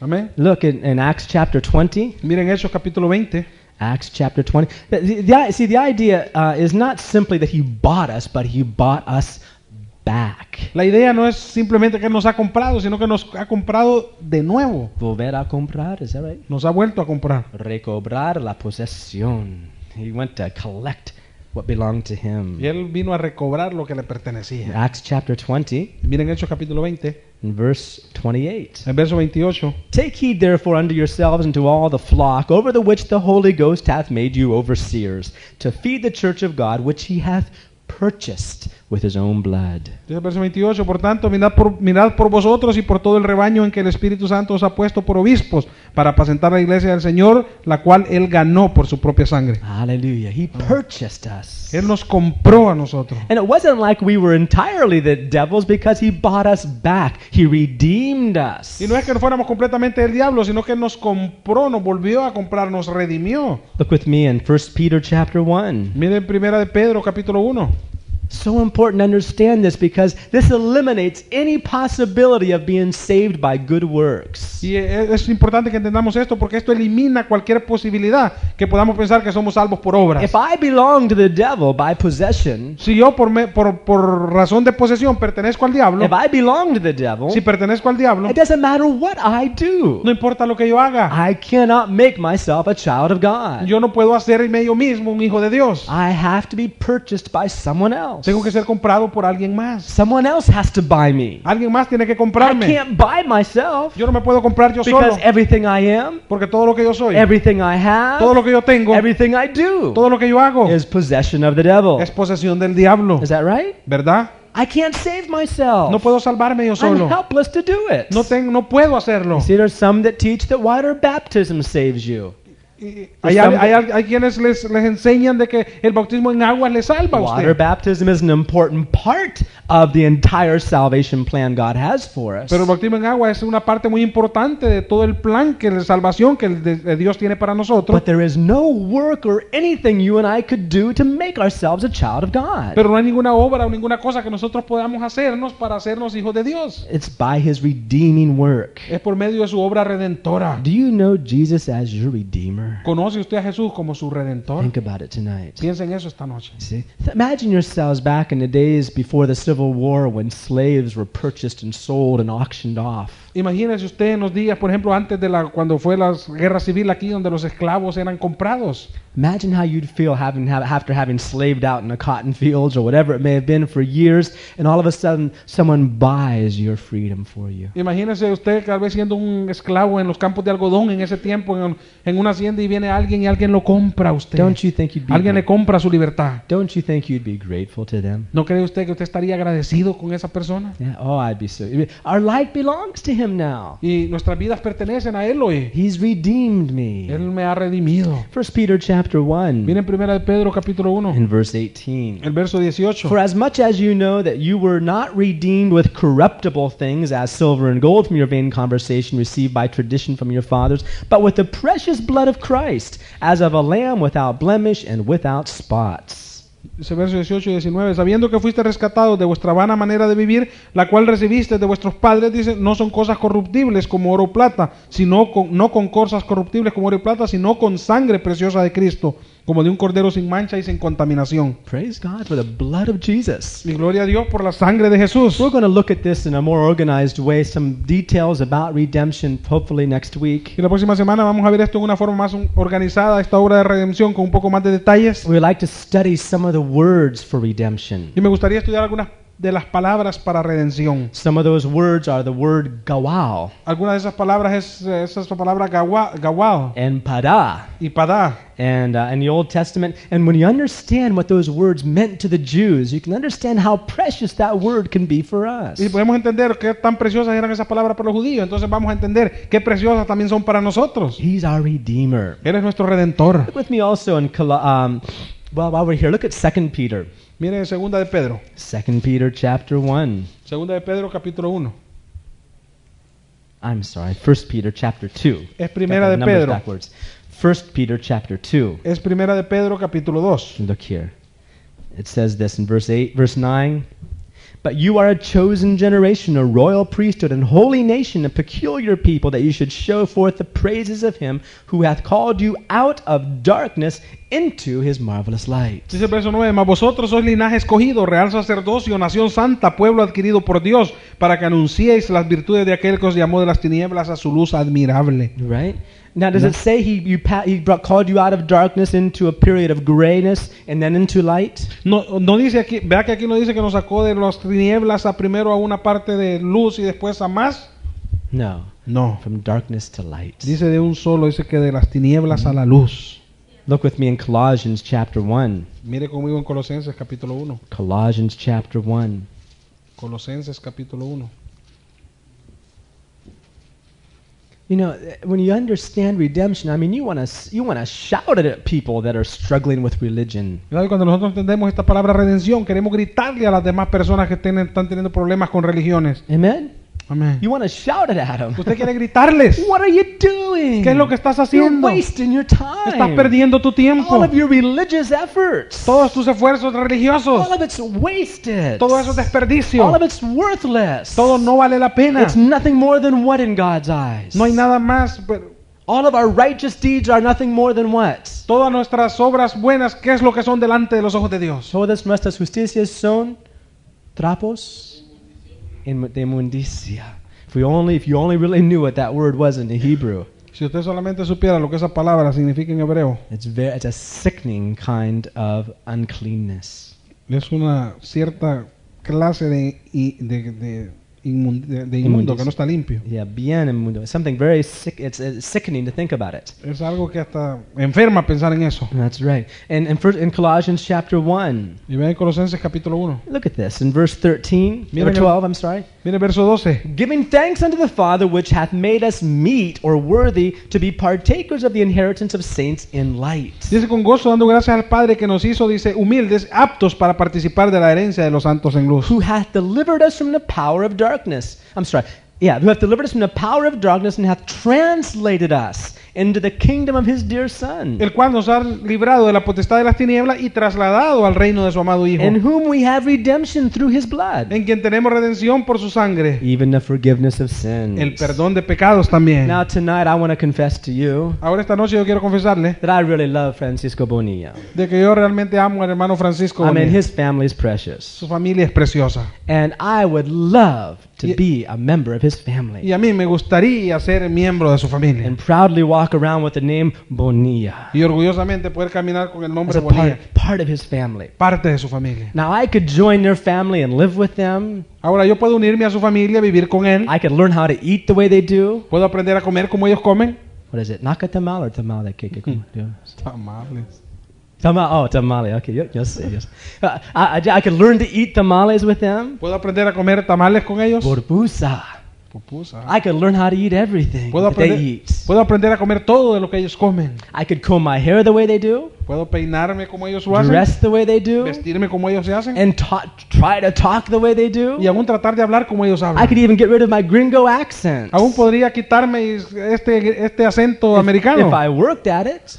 Speaker 2: Amén.
Speaker 1: Look in, in Acts chapter 20.
Speaker 2: Miren Hechos capítulo 20.
Speaker 1: Acts chapter 20. The- the- the- see, the idea uh, is not simply that He bought us, but He bought us back.
Speaker 2: La idea no es simplemente que Él nos ha comprado, sino que nos ha comprado de nuevo.
Speaker 1: Volver a comprar, is that right?
Speaker 2: Nos ha vuelto a comprar.
Speaker 1: recobrar la posesión. He went to collect what belonged to him.
Speaker 2: Y Él vino a recobrar lo que le pertenecía.
Speaker 1: Acts chapter 20
Speaker 2: Miren Hechos capítulo 20,
Speaker 1: and verse 28.
Speaker 2: el verso 28.
Speaker 1: Take heed therefore unto yourselves and to all the flock over the which the Holy Ghost hath made you overseers, to feed the church of God which he hath purchased with his own blood.
Speaker 2: Dice el verso 28, por tanto, mirad por, mirad por vosotros y por todo el rebaño en que el Espíritu Santo os ha puesto por obispos para apacentar la iglesia del Señor, la cual Él ganó por su propia sangre.
Speaker 1: Hallelujah. He purchased us.
Speaker 2: Él nos compró a nosotros.
Speaker 1: And it wasn't like we were entirely the devil's because he bought us back. He redeemed us.
Speaker 2: Y no es que no fuéramos completamente del diablo, sino que nos compró, nos volvió a comprar, nos redimió.
Speaker 1: Look with me in 1 Peter chapter 1.
Speaker 2: Miren primera de Pedro, capítulo 1.
Speaker 1: So important to understand this because this eliminates any possibility of being saved by good works.
Speaker 2: Y e- es importante que entendamos esto porque esto elimina cualquier posibilidad que podamos pensar que somos salvos por obras.
Speaker 1: If I belong to the devil by possession,
Speaker 2: Si yo por, me- por, por razón de posesión pertenezco al diablo,
Speaker 1: if I belong to the devil,
Speaker 2: si pertenezco al diablo,
Speaker 1: it doesn't matter what I do.
Speaker 2: No importa lo que yo haga.
Speaker 1: I cannot make myself a child of God.
Speaker 2: Yo no puedo hacerme yo mismo un hijo de Dios.
Speaker 1: I have to be purchased by someone else.
Speaker 2: Tengo que ser comprado por alguien más.
Speaker 1: Someone else has to buy me.
Speaker 2: Alguien más tiene que
Speaker 1: I
Speaker 2: comprarme.
Speaker 1: can't buy myself
Speaker 2: Yo no me puedo comprar yo solo.
Speaker 1: because everything I am,
Speaker 2: Porque todo lo que yo soy,
Speaker 1: everything I
Speaker 2: todo
Speaker 1: have,
Speaker 2: lo que yo tengo,
Speaker 1: everything I do
Speaker 2: todo lo que yo hago
Speaker 1: is possession of the devil.
Speaker 2: es posesión del diablo.
Speaker 1: Is that right?
Speaker 2: ¿Verdad?
Speaker 1: I can't save myself.
Speaker 2: No puedo salvarme yo
Speaker 1: I'm
Speaker 2: solo.
Speaker 1: helpless to do it.
Speaker 2: No, ten- no puedo hacerlo.
Speaker 1: You See, there's some that teach that water baptism saves you.
Speaker 2: Y- Hay, hay, hay- hay quienes les, les enseñan de que el bautismo en agua les salva a
Speaker 1: Water
Speaker 2: usted.
Speaker 1: baptism is an important part of the entire salvation plan God has for us.
Speaker 2: Pero el bautismo en agua es una parte muy importante de todo el plan que la salvación que el de- de Dios tiene para nosotros.
Speaker 1: But there is no work or anything you and I could do to make ourselves a child of God.
Speaker 2: Pero no hay ninguna obra o ninguna cosa que nosotros podamos hacernos para hacernos hijos de Dios.
Speaker 1: It's by His redeeming work.
Speaker 2: Es por medio de su obra redentora.
Speaker 1: Do you know Jesus as your Redeemer?
Speaker 2: ¿Conoce usted a Jesús como su redentor?
Speaker 1: Think about it tonight.
Speaker 2: Piensa en eso esta noche.
Speaker 1: See, imagine yourselves back in the days before the Civil Civil War when slaves were purchased and sold and auctioned off.
Speaker 2: Imagínese usted en los días, por ejemplo, antes de la cuando fue la guerra civil aquí, donde los esclavos eran comprados.
Speaker 1: Imagine how you'd feel having, ha- after having slaved out in the cotton fields or whatever it may have been for years, and all of a sudden someone buys your freedom for you.
Speaker 2: Imagínese usted tal vez siendo un esclavo en los campos de algodón en ese tiempo, en, en una hacienda y viene alguien y alguien lo compra a usted.
Speaker 1: Don't you think you'd be
Speaker 2: Alguien le compra su libertad.
Speaker 1: Don't you think you'd be grateful to them?
Speaker 2: ¿No cree usted que usted estaría agradecido con esa persona?
Speaker 1: Yeah. Oh, I'd be so. Our life belongs to him now.
Speaker 2: Y nuestras vidas pertenecen a Él hoy.
Speaker 1: He's redeemed me.
Speaker 2: Él me ha redimido.
Speaker 1: First Peter chapter one,
Speaker 2: Miren primera de Pedro capítulo 1,
Speaker 1: in verse eighteen.
Speaker 2: el verso 18.
Speaker 1: For as much as you know that you were not redeemed with corruptible things as silver and gold from your vain conversation received by tradition from your fathers, but with the precious blood of Christ, as of a lamb without blemish and without spots.
Speaker 2: Ese verso 18 y 19, sabiendo que fuiste rescatados de vuestra vana manera de vivir, la cual recibiste de vuestros padres, dice, no son cosas corruptibles como oro o plata, sino con, no con cosas corruptibles como oro y plata, sino con sangre preciosa de Cristo, como de un cordero sin mancha y sin contaminación.
Speaker 1: Praise God for the blood of Jesus.
Speaker 2: Y gloria a Dios por la sangre de Jesús.
Speaker 1: We're going to look at this in a more organized way, some details about redemption, hopefully next week.
Speaker 2: Y la próxima semana vamos a ver esto en una forma más un- organizada, esta obra de redención con un poco más de detalles.
Speaker 1: We would like to study some of the words for redemption.
Speaker 2: Y me gustaría estudiar algunas de las palabras para redención.
Speaker 1: Some of those words are the word gawal
Speaker 2: Algunas de esas palabras es, eh, es esa palabra gawa, gawal
Speaker 1: and pada.
Speaker 2: y padá.
Speaker 1: and uh, in the Old Testament. And when you understand what those words meant to the Jews, you can understand how precious that word can be for us.
Speaker 2: Y podemos entender qué tan preciosas eran esas palabras para los judíos. Entonces vamos a entender qué preciosas también son para nosotros.
Speaker 1: He's our Redeemer.
Speaker 2: Él es nuestro redentor.
Speaker 1: Look with me also in Col- um, well while we're here, look at Second Peter,
Speaker 2: Miren segunda de Pedro.
Speaker 1: Second Peter chapter one.
Speaker 2: Segunda de Pedro capítulo 1.
Speaker 1: I'm sorry, First Peter chapter two.
Speaker 2: Es primera
Speaker 1: Got the
Speaker 2: de
Speaker 1: numbers
Speaker 2: Pedro.
Speaker 1: backwards. First Peter chapter two.
Speaker 2: Es primera de Pedro capítulo 2.
Speaker 1: Look here. It says this in verse 8, verse 9. But you are a chosen generation, a royal priesthood, and holy nation, a peculiar people, that you should show forth the praises of him who hath called you out of darkness into his marvelous light.
Speaker 2: Dice el verso 9, mas vosotros sois linaje escogido, real sacerdocio, nación santa, pueblo adquirido por Dios, para que anunciéis las virtudes de aquel que os llamó de las tinieblas a su luz admirable.
Speaker 1: Right? Now, does it say he, you pa- he brought, called you out of darkness into a period of grayness and then into light?
Speaker 2: No, no dice aquí, vea que aquí no dice que nos sacó de las tinieblas a primero a una parte de luz y después a más.
Speaker 1: No.
Speaker 2: No.
Speaker 1: From darkness to light.
Speaker 2: Dice de un solo, dice que de las tinieblas a la luz.
Speaker 1: Look with me in Colossians chapter 1.
Speaker 2: Mire conmigo en Colosenses capítulo 1.
Speaker 1: Colossians chapter 1.
Speaker 2: Colosenses capítulo 1.
Speaker 1: You know, eh, when you understand redemption, I mean, you want to you want to shout it at people that are struggling with religion.
Speaker 2: ¿Verdad? Y Cuando nosotros entendemos esta palabra redención, queremos gritarle a las demás personas que tienen- están teniendo problemas con religiones.
Speaker 1: Amen.
Speaker 2: Amén.
Speaker 1: You want to shout it at them.
Speaker 2: Usted quiere gritarles.
Speaker 1: What are you doing?
Speaker 2: ¿Qué es lo que estás
Speaker 1: You're
Speaker 2: haciendo?
Speaker 1: wasting your time.
Speaker 2: Estás perdiendo tu
Speaker 1: all
Speaker 2: tiempo.
Speaker 1: of your religious efforts.
Speaker 2: Todos tus esfuerzos
Speaker 1: all
Speaker 2: religiosos.
Speaker 1: of it's wasted.
Speaker 2: Todo eso es
Speaker 1: all
Speaker 2: desperdicio.
Speaker 1: of it's worthless.
Speaker 2: Todo no vale la pena.
Speaker 1: It's nothing more than what in God's eyes.
Speaker 2: No hay nada más. pero
Speaker 1: All of our righteous deeds are nothing more than what.
Speaker 2: Todas nuestras obras buenas, ¿qué es lo que son delante de los ojos de Dios?
Speaker 1: Todas nuestras justicias son trapos inmu- de inmundicia. If we only, if you only really knew what that word was in the Hebrew,
Speaker 2: Si usted solamente supiera lo que esa palabra significa en hebreo,
Speaker 1: it's very, it's a sickening kind of uncleanness.
Speaker 2: es una cierta clase de, i- de, de inmun- de- de inmundo
Speaker 1: Inmundicia.
Speaker 2: que no está limpio.
Speaker 1: Yeah, bien inmundo. It's something very sick. It's, it's sickening to think about it.
Speaker 2: Es algo que hasta enferma pensar en eso.
Speaker 1: That's right. And, and first, in Colossians chapter one,
Speaker 2: Y vean en Colosenses capítulo 1.
Speaker 1: look at this in verse thirteen
Speaker 2: Mira
Speaker 1: or
Speaker 2: que-
Speaker 1: twelve. I'm sorry.
Speaker 2: Mire verso 12.
Speaker 1: Giving thanks unto the Father which hath made us meet or worthy to be partakers of the inheritance of saints in light.
Speaker 2: Dice con gozo dando gracias al Padre que nos hizo, dice, humildes, aptos para participar de la herencia de los santos en luz.
Speaker 1: who hath delivered us from the power of darkness. I'm sorry. Yeah, who hath delivered us from the power of darkness and hath translated us into the kingdom of his dear Son,
Speaker 2: el cual nos ha librado de la potestad de las tinieblas y trasladado al reino de su amado Hijo,
Speaker 1: in whom we have redemption through his blood,
Speaker 2: en quien tenemos redención por su sangre,
Speaker 1: even the forgiveness of sins.
Speaker 2: el perdón de pecados también.
Speaker 1: Now, tonight, I want to confess to you
Speaker 2: Ahora esta noche yo quiero confesarle
Speaker 1: that I really love Francisco Bonilla.
Speaker 2: de que yo realmente amo al hermano Francisco.
Speaker 1: I mean,
Speaker 2: Bonilla.
Speaker 1: his family's precious.
Speaker 2: Su familia es preciosa.
Speaker 1: And I would love to
Speaker 2: Ye-
Speaker 1: be a member of his
Speaker 2: Y
Speaker 1: family
Speaker 2: a mí me gustaría ser miembro de su familia.
Speaker 1: and proudly walk around with the name Bonilla
Speaker 2: Y orgullosamente poder caminar con el
Speaker 1: as
Speaker 2: nombre
Speaker 1: a
Speaker 2: Bonilla,
Speaker 1: part, part of his family.
Speaker 2: parte de su familia.
Speaker 1: Now, I could join their family and live with them.
Speaker 2: Ahora yo puedo unirme a su familia, vivir con él.
Speaker 1: I could learn how to eat the way they do.
Speaker 2: Puedo aprender a comer como ellos comen.
Speaker 1: What is it? Nacatamal or tamale? Que- que- como- yeah.
Speaker 2: Amables.
Speaker 1: Tama- oh, tamale. Okay, yo, yo sé, yo sé. Uh, I, I, I could learn to eat tamales with them.
Speaker 2: Puedo aprender a comer tamales con ellos.
Speaker 1: Borbusa.
Speaker 2: Pupusa.
Speaker 1: I could learn how to eat everything
Speaker 2: Puedo
Speaker 1: that they
Speaker 2: aprender,
Speaker 1: eat.
Speaker 2: puedo aprender a comer todo de lo que ellos comen.
Speaker 1: I could comb my hair the way they do,
Speaker 2: Puedo peinarme como ellos lo hacen,
Speaker 1: dress the way they do,
Speaker 2: vestirme como ellos se hacen
Speaker 1: and ta- try to talk the way they
Speaker 2: y
Speaker 1: do.
Speaker 2: aún tratar de hablar como ellos
Speaker 1: I could
Speaker 2: hablan.
Speaker 1: even get rid of my gringo accent
Speaker 2: Aún podría quitarme este, este acento
Speaker 1: if
Speaker 2: americano
Speaker 1: I worked at it.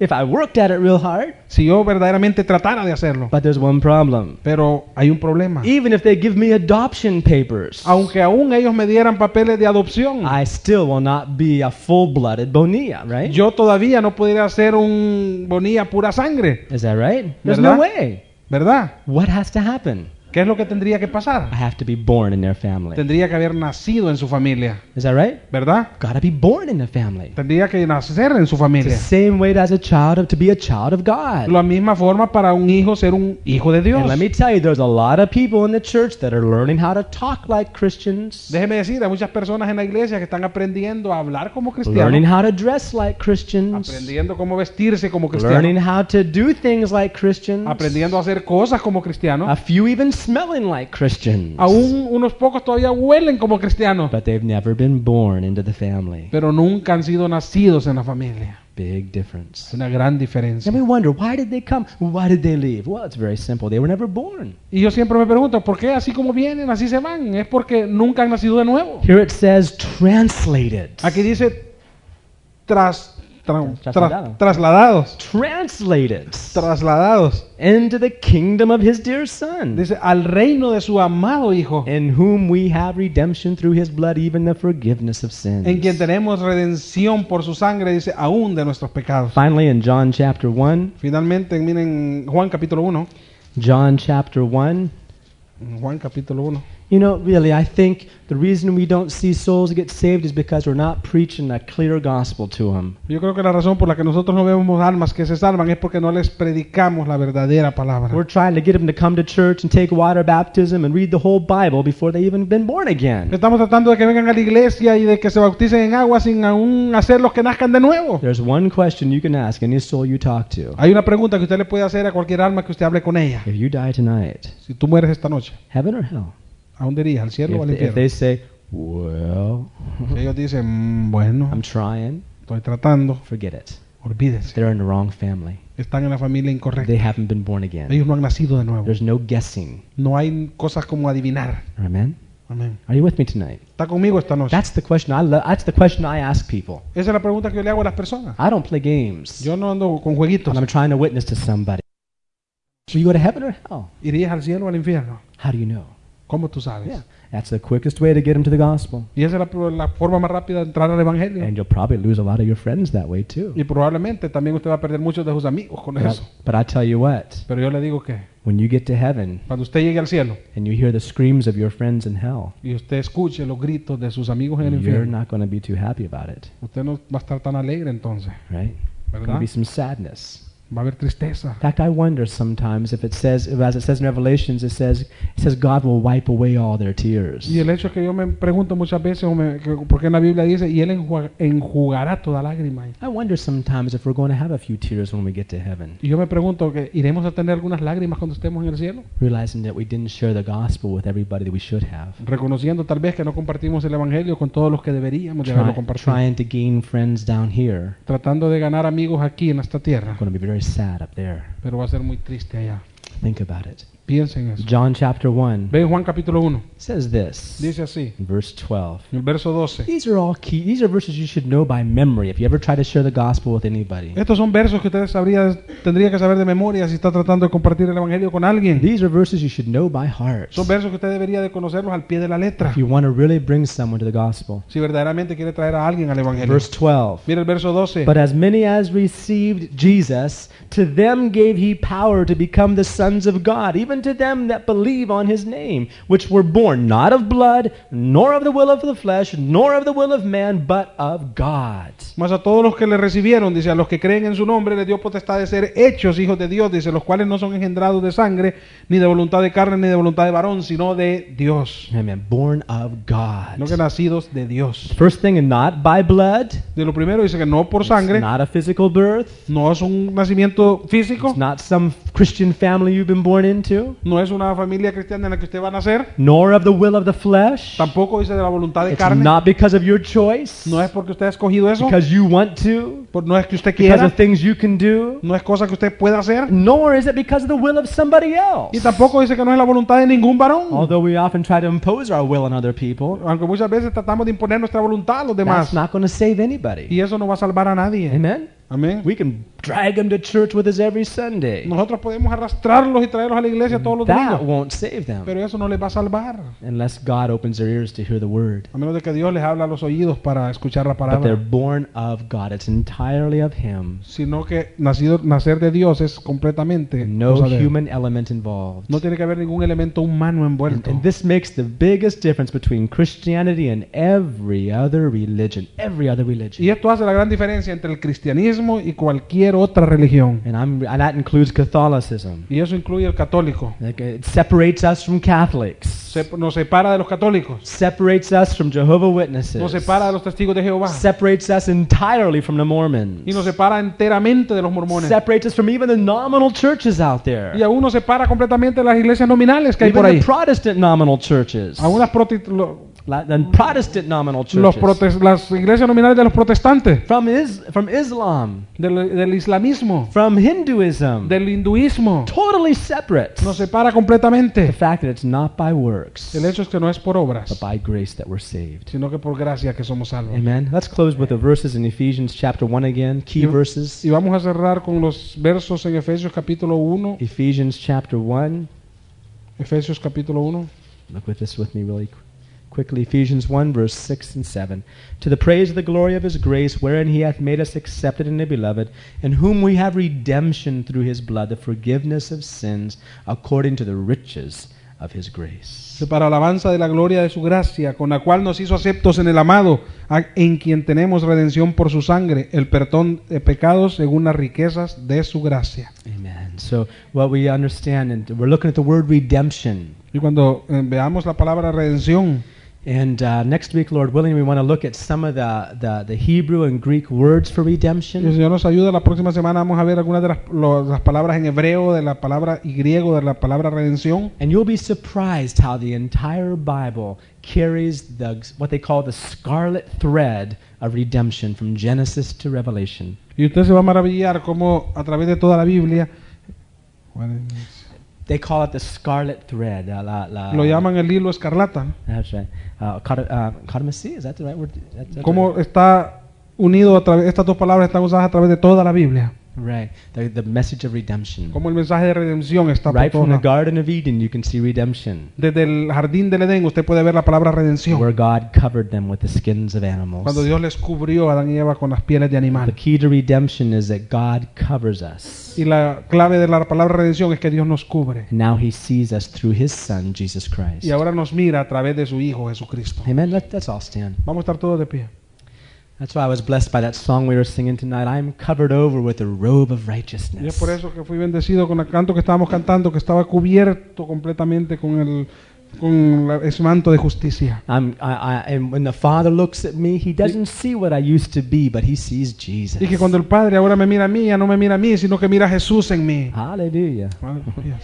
Speaker 1: If I worked at it real hard.
Speaker 2: si yo verdaderamente tratara de hacerlo.
Speaker 1: But there's one problem.
Speaker 2: Pero hay un problema.
Speaker 1: Even if they give me adoption papers,
Speaker 2: Aunque aún ellos me dieran papeles de adopción,
Speaker 1: I still will not be a full-blooded Bonilla, right?
Speaker 2: yo todavía no podría ser un Bonilla pura sangre,
Speaker 1: Is that right? There's no
Speaker 2: ¿Verdad?
Speaker 1: way.
Speaker 2: ¿verdad?
Speaker 1: What has to happen?
Speaker 2: ¿Qué es lo que tendría que
Speaker 1: I
Speaker 2: pasar?
Speaker 1: have to be born in their family.
Speaker 2: Tendría que haber nacido en su familia,
Speaker 1: Is that right?
Speaker 2: ¿verdad?
Speaker 1: Gotta be born in the family.
Speaker 2: Tendría que nacer en su
Speaker 1: It's
Speaker 2: familia.
Speaker 1: the same way as a child of, to be a child of God.
Speaker 2: La misma forma para un hijo ser un hijo de Dios.
Speaker 1: And let me tell you, there's a lot of people in the church that are learning how to talk like Christians,
Speaker 2: Déjeme decir, hay muchas personas en la iglesia que están aprendiendo a hablar como
Speaker 1: learning
Speaker 2: cristianos,
Speaker 1: how to dress like Christians,
Speaker 2: aprendiendo cómo vestirse como
Speaker 1: learning
Speaker 2: cristianos,
Speaker 1: how to do things like Christians,
Speaker 2: aprendiendo a hacer cosas como cristianos.
Speaker 1: a few even smelling like Christians.
Speaker 2: Aún unos pocos todavía huelen como cristianos,
Speaker 1: But they've never been born into the family.
Speaker 2: pero nunca han sido nacidos en la familia.
Speaker 1: Big
Speaker 2: Es
Speaker 1: difference.
Speaker 2: una gran
Speaker 1: And
Speaker 2: diferencia.
Speaker 1: we wonder, why did they come? Why did they leave? Well, it's very simple. They were never born.
Speaker 2: Y yo siempre me pregunto, ¿por qué así como vienen, así se van? Es porque nunca han nacido de nuevo.
Speaker 1: Here it says translated.
Speaker 2: Aquí dice tras, tra- tra-
Speaker 1: Trasladado.
Speaker 2: trasladados,
Speaker 1: Translated
Speaker 2: trasladados.
Speaker 1: into the kingdom of his dear son.
Speaker 2: Dice, al reino de su amado Hijo,
Speaker 1: in whom we have redemption through his blood, even the forgiveness of sins.
Speaker 2: en quien tenemos redención por su sangre, dice, aún de nuestros pecados.
Speaker 1: Finally, in John chapter 1,
Speaker 2: Finalmente, miren Juan capítulo 1.
Speaker 1: John chapter 1,
Speaker 2: Juan capítulo 1.
Speaker 1: you know, really, I think the reason we don't see souls get saved is because we're not preaching a clear gospel to them.
Speaker 2: Yo creo que la razón por la que nosotros no vemos almas que se salvan es porque no les predicamos la verdadera palabra.
Speaker 1: We're trying to get them to come to church and take water baptism and read the whole Bible before they even been born again.
Speaker 2: Estamos tratando de que vengan a la iglesia y de que se bauticen en agua sin aún hacerlos que nazcan de nuevo.
Speaker 1: There's one question you can ask any soul you talk to.
Speaker 2: Hay una pregunta que usted le puede hacer a cualquier alma que usted hable con ella.
Speaker 1: If you die tonight,
Speaker 2: Si tú mueres esta noche,
Speaker 1: heaven or hell?
Speaker 2: ¿a dónde irías? ¿Al cielo o
Speaker 1: If
Speaker 2: al
Speaker 1: they, if
Speaker 2: infierno?
Speaker 1: they say, well,
Speaker 2: Si ellos dicen, "Mm, bueno,
Speaker 1: I'm trying,
Speaker 2: estoy tratando,
Speaker 1: forget it.
Speaker 2: olvídense.
Speaker 1: They're in the wrong family.
Speaker 2: Están en la familia
Speaker 1: They
Speaker 2: incorrecta.
Speaker 1: haven't been born again.
Speaker 2: Ellos no han nacido de nuevo.
Speaker 1: There's no guessing.
Speaker 2: No hay cosas como adivinar.
Speaker 1: Amen.
Speaker 2: Amén.
Speaker 1: Are you with me tonight?
Speaker 2: Está conmigo esta noche.
Speaker 1: That's the question I lo- that's the question I ask people.
Speaker 2: Esa es la pregunta que yo le hago a las personas.
Speaker 1: I don't play games.
Speaker 2: Yo no ando con jueguitos.
Speaker 1: When I'm trying to witness to somebody. Will you go to heaven or hell?
Speaker 2: ¿Irías al cielo o al infierno?
Speaker 1: How do you know?
Speaker 2: ¿Cómo tú sabes?
Speaker 1: Yeah. That's the quickest way to get them to the gospel.
Speaker 2: Y esa es la, pro- la forma más rápida de entrar al evangelio.
Speaker 1: And you'll probably lose a lot of your friends that way too.
Speaker 2: Y probablemente también usted va a perder muchos de sus amigos con
Speaker 1: But I,
Speaker 2: eso.
Speaker 1: but I tell you what,
Speaker 2: Pero yo le digo que
Speaker 1: when you get to heaven
Speaker 2: cuando usted llegue al cielo
Speaker 1: and you hear the screams of your friends in hell,
Speaker 2: y usted escuche los gritos de sus amigos en el
Speaker 1: you're
Speaker 2: infierno,
Speaker 1: not going to be too happy about it,
Speaker 2: usted no va a estar tan alegre entonces,
Speaker 1: right? There's going
Speaker 2: ¿verdad?
Speaker 1: to be some sadness.
Speaker 2: Va a haber tristeza.
Speaker 1: In fact, I wonder sometimes if it says, as it says in Revelations, it says, it says God will wipe away all their tears.
Speaker 2: Y el hecho es que yo me pregunto muchas veces, o me- que- porque en la Biblia dice, y Él enjua- enjugará toda lágrima.
Speaker 1: I wonder sometimes if we're going to have a few tears when we get to heaven,
Speaker 2: Y yo me pregunto, que ¿iremos a tener algunas lágrimas cuando estemos en el cielo?
Speaker 1: realizing that we didn't share the gospel with everybody that we should have,
Speaker 2: Reconociendo tal vez que no compartimos el Evangelio con todos los que deberíamos de haberlo
Speaker 1: Try,
Speaker 2: compartido.
Speaker 1: trying to gain friends down here.
Speaker 2: Tratando de ganar amigos aquí en esta tierra,
Speaker 1: Going to be very sad up there.
Speaker 2: pero va a ser muy triste allá.
Speaker 1: Think about it.
Speaker 2: Piensen en eso.
Speaker 1: John chapter 1
Speaker 2: Ve en Juan capítulo 1.
Speaker 1: says this,
Speaker 2: Dice así,
Speaker 1: in verse 12.
Speaker 2: en el verso 12.
Speaker 1: These are all key. These are verses you should know by memory if you ever try to share the gospel with anybody.
Speaker 2: Estos son versos que ustedes sabrían, tendrían que saber de memoria si está tratando de compartir el evangelio con alguien.
Speaker 1: These are verses you should know by heart
Speaker 2: Son versos que usted debería de conocerlos al pie de la letra.
Speaker 1: if you want to really bring someone to the gospel.
Speaker 2: Si verdaderamente quiere traer a alguien al evangelio.
Speaker 1: Verse 12.
Speaker 2: Mira el verso 12.
Speaker 1: But as many as received Jesus, to them gave he power to become the sons of God, even to them that believe on his name, which were born not of blood, nor of the will of the flesh, nor of the will of man, but of God.
Speaker 2: Mas a todos los que le recibieron, dice, a los que creen en su nombre, les dio potestad de ser hechos hijos de Dios, dice, los cuales no son engendrados de sangre, ni de voluntad de carne, ni de voluntad de varón, sino de Dios.
Speaker 1: Amen. Born of God.
Speaker 2: No que nacidos de Dios.
Speaker 1: First thing, and not by blood,
Speaker 2: De lo primero dice que no por
Speaker 1: it's
Speaker 2: sangre,
Speaker 1: not a physical birth,
Speaker 2: no es un nacimiento físico,
Speaker 1: it's not some Christian family you've been born into,
Speaker 2: no es una familia cristiana en la que usted va a nacer,
Speaker 1: nor of the will of the flesh.
Speaker 2: tampoco dice de la voluntad de
Speaker 1: It's
Speaker 2: carne,
Speaker 1: not because of your choice,
Speaker 2: no es porque usted ha escogido eso,
Speaker 1: because you want to,
Speaker 2: por- no es que usted
Speaker 1: because
Speaker 2: quiera,
Speaker 1: of things you can do.
Speaker 2: no es cosa que usted pueda hacer,
Speaker 1: nor is it because of the will of somebody else.
Speaker 2: y tampoco dice que no es la voluntad de ningún varón,
Speaker 1: Although we often try to impose our will on other people,
Speaker 2: aunque muchas veces tratamos de imponer nuestra voluntad a los demás.
Speaker 1: that's not going to save anybody.
Speaker 2: Y eso no va a salvar a nadie.
Speaker 1: Amen?
Speaker 2: Amén.
Speaker 1: We can drag them to church with us every Sunday.
Speaker 2: Nosotros podemos arrastrarlos y traerlos a la iglesia todos los
Speaker 1: That
Speaker 2: domingos,
Speaker 1: won't save them
Speaker 2: pero eso no les va a salvar,
Speaker 1: unless God opens their ears to hear the word.
Speaker 2: a menos de que Dios les habla a los oídos para escuchar la
Speaker 1: But they're
Speaker 2: palabra,
Speaker 1: born of God. It's entirely of Him.
Speaker 2: sino que nacido, nacer de Dios es completamente
Speaker 1: No
Speaker 2: cosa de-
Speaker 1: human element involved.
Speaker 2: no tiene que haber ningún elemento humano
Speaker 1: And,
Speaker 2: envuelto.
Speaker 1: and this makes the biggest difference between Christianity and every other religion. Every other
Speaker 2: Y
Speaker 1: religion.
Speaker 2: esto hace la gran diferencia entre el cristianismo y cualquier otra religión.
Speaker 1: And, I'm, and that includes Catholicism.
Speaker 2: Y eso incluye el católico.
Speaker 1: Like, it separates us from Catholics.
Speaker 2: Se- nos separa de los católicos.
Speaker 1: separates us from Jehovah Witnesses.
Speaker 2: Nos separa de los testigos de Jehová.
Speaker 1: separates us entirely from the Mormons.
Speaker 2: Y nos separa enteramente de los mormones.
Speaker 1: separates us from even the nominal churches out there.
Speaker 2: Y a uno separa completamente las iglesias nominales que hay
Speaker 1: Even
Speaker 2: por ahí.
Speaker 1: the Protestant nominal churches.
Speaker 2: A unas proti- lo-
Speaker 1: La- the Protestant nominal
Speaker 2: los
Speaker 1: churches.
Speaker 2: protes- las iglesias nominales de los protestantes,
Speaker 1: from, is, from Islam.
Speaker 2: del, del islamismo,
Speaker 1: From Hinduism.
Speaker 2: del hinduismo.
Speaker 1: totally separate.
Speaker 2: Nos separa completamente.
Speaker 1: the fact that it's not by works,
Speaker 2: El hecho es que no es por
Speaker 1: but
Speaker 2: obras,
Speaker 1: by grace that we're saved.
Speaker 2: sino que por gracia que somos salvos.
Speaker 1: Amen. Let's close with the verses in Ephesians chapter 1 again. Key
Speaker 2: You-
Speaker 1: verses.
Speaker 2: Y vamos a cerrar con los versos en Efesios capítulo 1.
Speaker 1: Ephesians chapter 1.
Speaker 2: Efesios capítulo 1.
Speaker 1: Look with this with me really qu- quickly. Ephesians 1, verse 6 and 7. To the praise of the glory of his grace, wherein he hath made us accepted in the beloved, in whom we have redemption through his blood, the forgiveness of sins, according to the riches of his grace.
Speaker 2: Dice, Para alabanza de la gloria de su gracia, con la cual nos hizo aceptos en el amado, a- en quien tenemos redención por su sangre, el perdón de pecados según las riquezas de su gracia.
Speaker 1: Amen. So, what we understand, and we're looking at the word redemption.
Speaker 2: Y cuando eh, veamos la palabra redención,
Speaker 1: And uh, next week, Lord willing, we want to look at some of the, the, the Hebrew and Greek words for
Speaker 2: y el
Speaker 1: redemption.
Speaker 2: Señor nos ayuda, la próxima semana vamos a ver algunas de las, lo- las palabras en hebreo, de la palabra y griego, de la palabra redención.
Speaker 1: And you'll be surprised how the entire Bible carries the, what they call the scarlet thread of redemption from Genesis to Revelation.
Speaker 2: Y usted se va a maravillar cómo a través de toda la Biblia,
Speaker 1: They call it the scarlet thread. uh, la- la-
Speaker 2: lo llaman el hilo escarlata, ¿no?
Speaker 1: That's right. Uh, cauda- uh, caudacy? Is that the right word? That's- that's
Speaker 2: cómo está unido a través, estas dos palabras están usadas a través de toda la Biblia.
Speaker 1: Right. The, the message of redemption.
Speaker 2: Como el mensaje de redención está por
Speaker 1: Right
Speaker 2: todos
Speaker 1: from the
Speaker 2: lados.
Speaker 1: Garden of Eden, you can see redemption,
Speaker 2: Desde el jardín del Edén usted puede ver la palabra redención.
Speaker 1: where God covered them with the skins of animals.
Speaker 2: Cuando Dios les cubrió a Adán y Eva con las pieles de
Speaker 1: The
Speaker 2: animal.
Speaker 1: key to redemption is that God covers us.
Speaker 2: Y la clave de la palabra redención es que Dios nos cubre.
Speaker 1: And now he sees us through his son, Jesus Christ.
Speaker 2: Y ahora nos mira a través de su Hijo Jesucristo.
Speaker 1: Amen. Let, let's all stand.
Speaker 2: Vamos a estar todos de pie.
Speaker 1: That's why I was blessed by that song we were singing tonight. I'm covered over with a robe of
Speaker 2: Y es
Speaker 1: righteousness.
Speaker 2: por eso que fui bendecido con el canto que estábamos cantando, que estaba cubierto completamente con el con la- ese manto de justicia.
Speaker 1: I'm, I, I, and when the Father looks at me, he doesn't see what I used to be, but he sees Jesus.
Speaker 2: Y que cuando el Padre ahora me mira a mí, ya no me mira a mí, sino que mira a Jesús en mí.
Speaker 1: Hallelujah.
Speaker 2: Aleluya.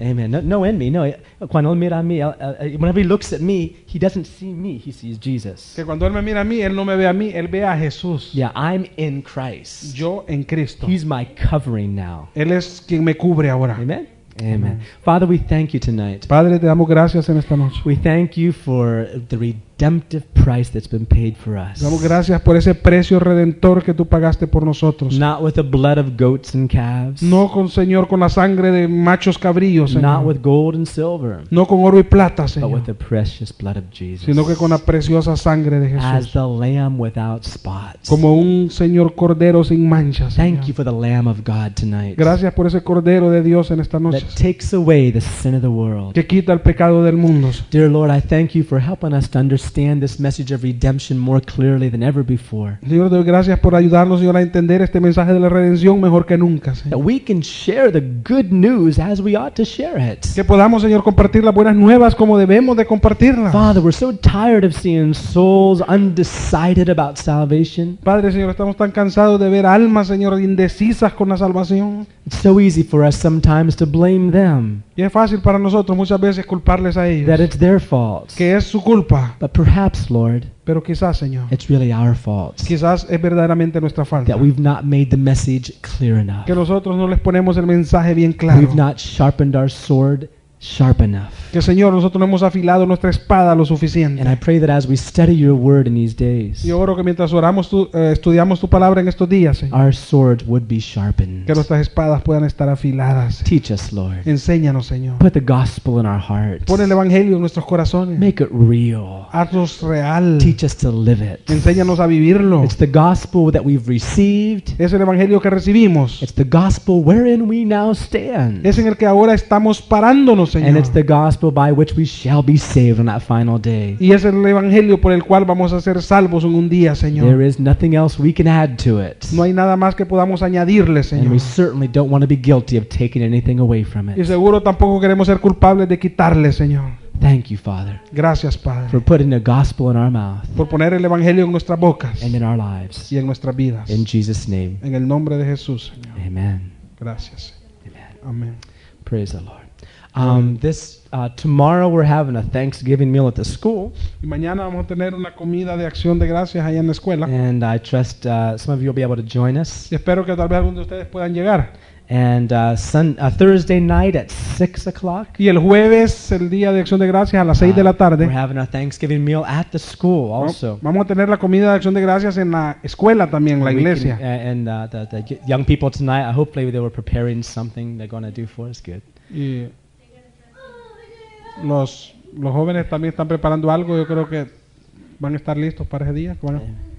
Speaker 1: Amen. No, no en mí. No. eh, Cuando él mira a mí, él- él- whenever he looks at me, he doesn't see me. He sees Jesus.
Speaker 2: Que cuando Él me mira a mí, Él no me ve a mí, Él ve a Jesús.
Speaker 1: Yeah, I'm in Christ.
Speaker 2: Yo en Cristo.
Speaker 1: He's my covering now.
Speaker 2: Él es quien me cubre ahora.
Speaker 1: Amen. Amen. Father, we thank you tonight.
Speaker 2: Padre, te damos gracias en esta noche.
Speaker 1: We thank you for the redemptive price that's been paid for us.
Speaker 2: Te damos gracias por ese precio redentor que tú pagaste por nosotros.
Speaker 1: Not with the blood of goats and calves.
Speaker 2: No con Señor con la sangre de machos cabrillos, Señor.
Speaker 1: Not with gold and silver.
Speaker 2: no con oro y plata,
Speaker 1: But
Speaker 2: Señor,
Speaker 1: with the precious blood of Jesus.
Speaker 2: sino que con la preciosa sangre de
Speaker 1: As
Speaker 2: Jesús,
Speaker 1: the lamb without spots.
Speaker 2: como un Señor cordero sin manchas.
Speaker 1: Thank
Speaker 2: Señor.
Speaker 1: you for the lamb of God tonight.
Speaker 2: Gracias por ese cordero de Dios en esta noche
Speaker 1: That takes away the sin of the world.
Speaker 2: que quita el pecado del mundo. Señor.
Speaker 1: Dear Lord, I thank you for helping us to understand this message of redemption more clearly than ever before.
Speaker 2: Señor, te doy gracias por ayudarnos, Señor, a entender este mensaje de la redención mejor que nunca. Señor.
Speaker 1: That we can share the good news as we ought to share it.
Speaker 2: Que podamos, Señor, compartir las buenas nuevas como debemos de compartirlas.
Speaker 1: Father, we're so tired of seeing souls undecided about salvation.
Speaker 2: Padre, Señor, estamos tan cansados de ver almas, Señor, indecisas con la salvación.
Speaker 1: It's so easy for us sometimes to blame them,
Speaker 2: Y es fácil para nosotros muchas veces culparles a
Speaker 1: that
Speaker 2: ellos,
Speaker 1: it's their fault.
Speaker 2: que es su culpa.
Speaker 1: But perhaps, Lord,
Speaker 2: Pero quizás, Señor,
Speaker 1: it's really our fault
Speaker 2: quizás es verdaderamente nuestra falta.
Speaker 1: that we've not made the message clear enough.
Speaker 2: Que nosotros no les ponemos el mensaje bien
Speaker 1: We've
Speaker 2: claro.
Speaker 1: not sharpened our sword sharp enough.
Speaker 2: Que, Señor, nosotros no hemos afilado nuestra espada lo
Speaker 1: And I
Speaker 2: suficiente.
Speaker 1: pray that as we study your word in these days,
Speaker 2: Yo oro que mientras oramos, tu- eh, estudiamos tu palabra en estos días, Señor,
Speaker 1: our swords would be sharpened.
Speaker 2: que nuestras espadas puedan estar afiladas. Señor.
Speaker 1: Teach us, Lord.
Speaker 2: Enséñanos, Señor.
Speaker 1: Put the gospel in our hearts.
Speaker 2: Pon el evangelio en nuestros corazones.
Speaker 1: Make it real.
Speaker 2: Haznos real.
Speaker 1: Teach us to live it.
Speaker 2: Enséñanos a vivirlo.
Speaker 1: It's the gospel that we've received.
Speaker 2: Es el evangelio que recibimos.
Speaker 1: It's the gospel wherein we now stand.
Speaker 2: Es en el que ahora estamos parándonos,
Speaker 1: And it's the
Speaker 2: Señor.
Speaker 1: gospel by which we shall be saved on that final day.
Speaker 2: Y es el evangelio por el cual vamos a ser salvos en un día,
Speaker 1: There
Speaker 2: Señor.
Speaker 1: is nothing else we can add to it.
Speaker 2: No hay nada más que podamos añadirle,
Speaker 1: And
Speaker 2: Señor.
Speaker 1: we certainly don't want to be guilty of taking anything away from
Speaker 2: Y
Speaker 1: it.
Speaker 2: seguro tampoco queremos ser culpables de quitarle, Señor.
Speaker 1: Thank you, Father,
Speaker 2: Gracias,
Speaker 1: for
Speaker 2: Padre,
Speaker 1: putting the gospel in our mouth
Speaker 2: por poner el evangelio en nuestras bocas
Speaker 1: and in our lives.
Speaker 2: y en nuestras vidas.
Speaker 1: In Jesus' name,
Speaker 2: En el nombre de Jesús, Señor.
Speaker 1: amen.
Speaker 2: Gracias.
Speaker 1: Amen.
Speaker 2: Amén.
Speaker 1: Praise the Lord. Um, this uh, tomorrow we're having a Thanksgiving meal at the school,
Speaker 2: Y mañana vamos a tener una comida de acción de gracias allá en la escuela.
Speaker 1: and I trust uh, some of you will be able to join us.
Speaker 2: Y espero que tal vez algunos de ustedes puedan llegar.
Speaker 1: And uh, sun, uh, Thursday night at 6 o'clock. uh,
Speaker 2: Y el jueves, el día de acción de gracias, a las 6 de la
Speaker 1: Ah, We're
Speaker 2: tarde, Oh.
Speaker 1: having our Thanksgiving meal at the school also.
Speaker 2: vamos vamos a tener la comida de acción de gracias en la escuela también, en la
Speaker 1: We can- uh,
Speaker 2: iglesia.
Speaker 1: and uh, the, the y- young people tonight, uh, hopefully they were preparing something they're going to do for us. Good.
Speaker 2: Y los, los jóvenes también están preparando algo. Yo creo que van a estar listos para ese día. que van a-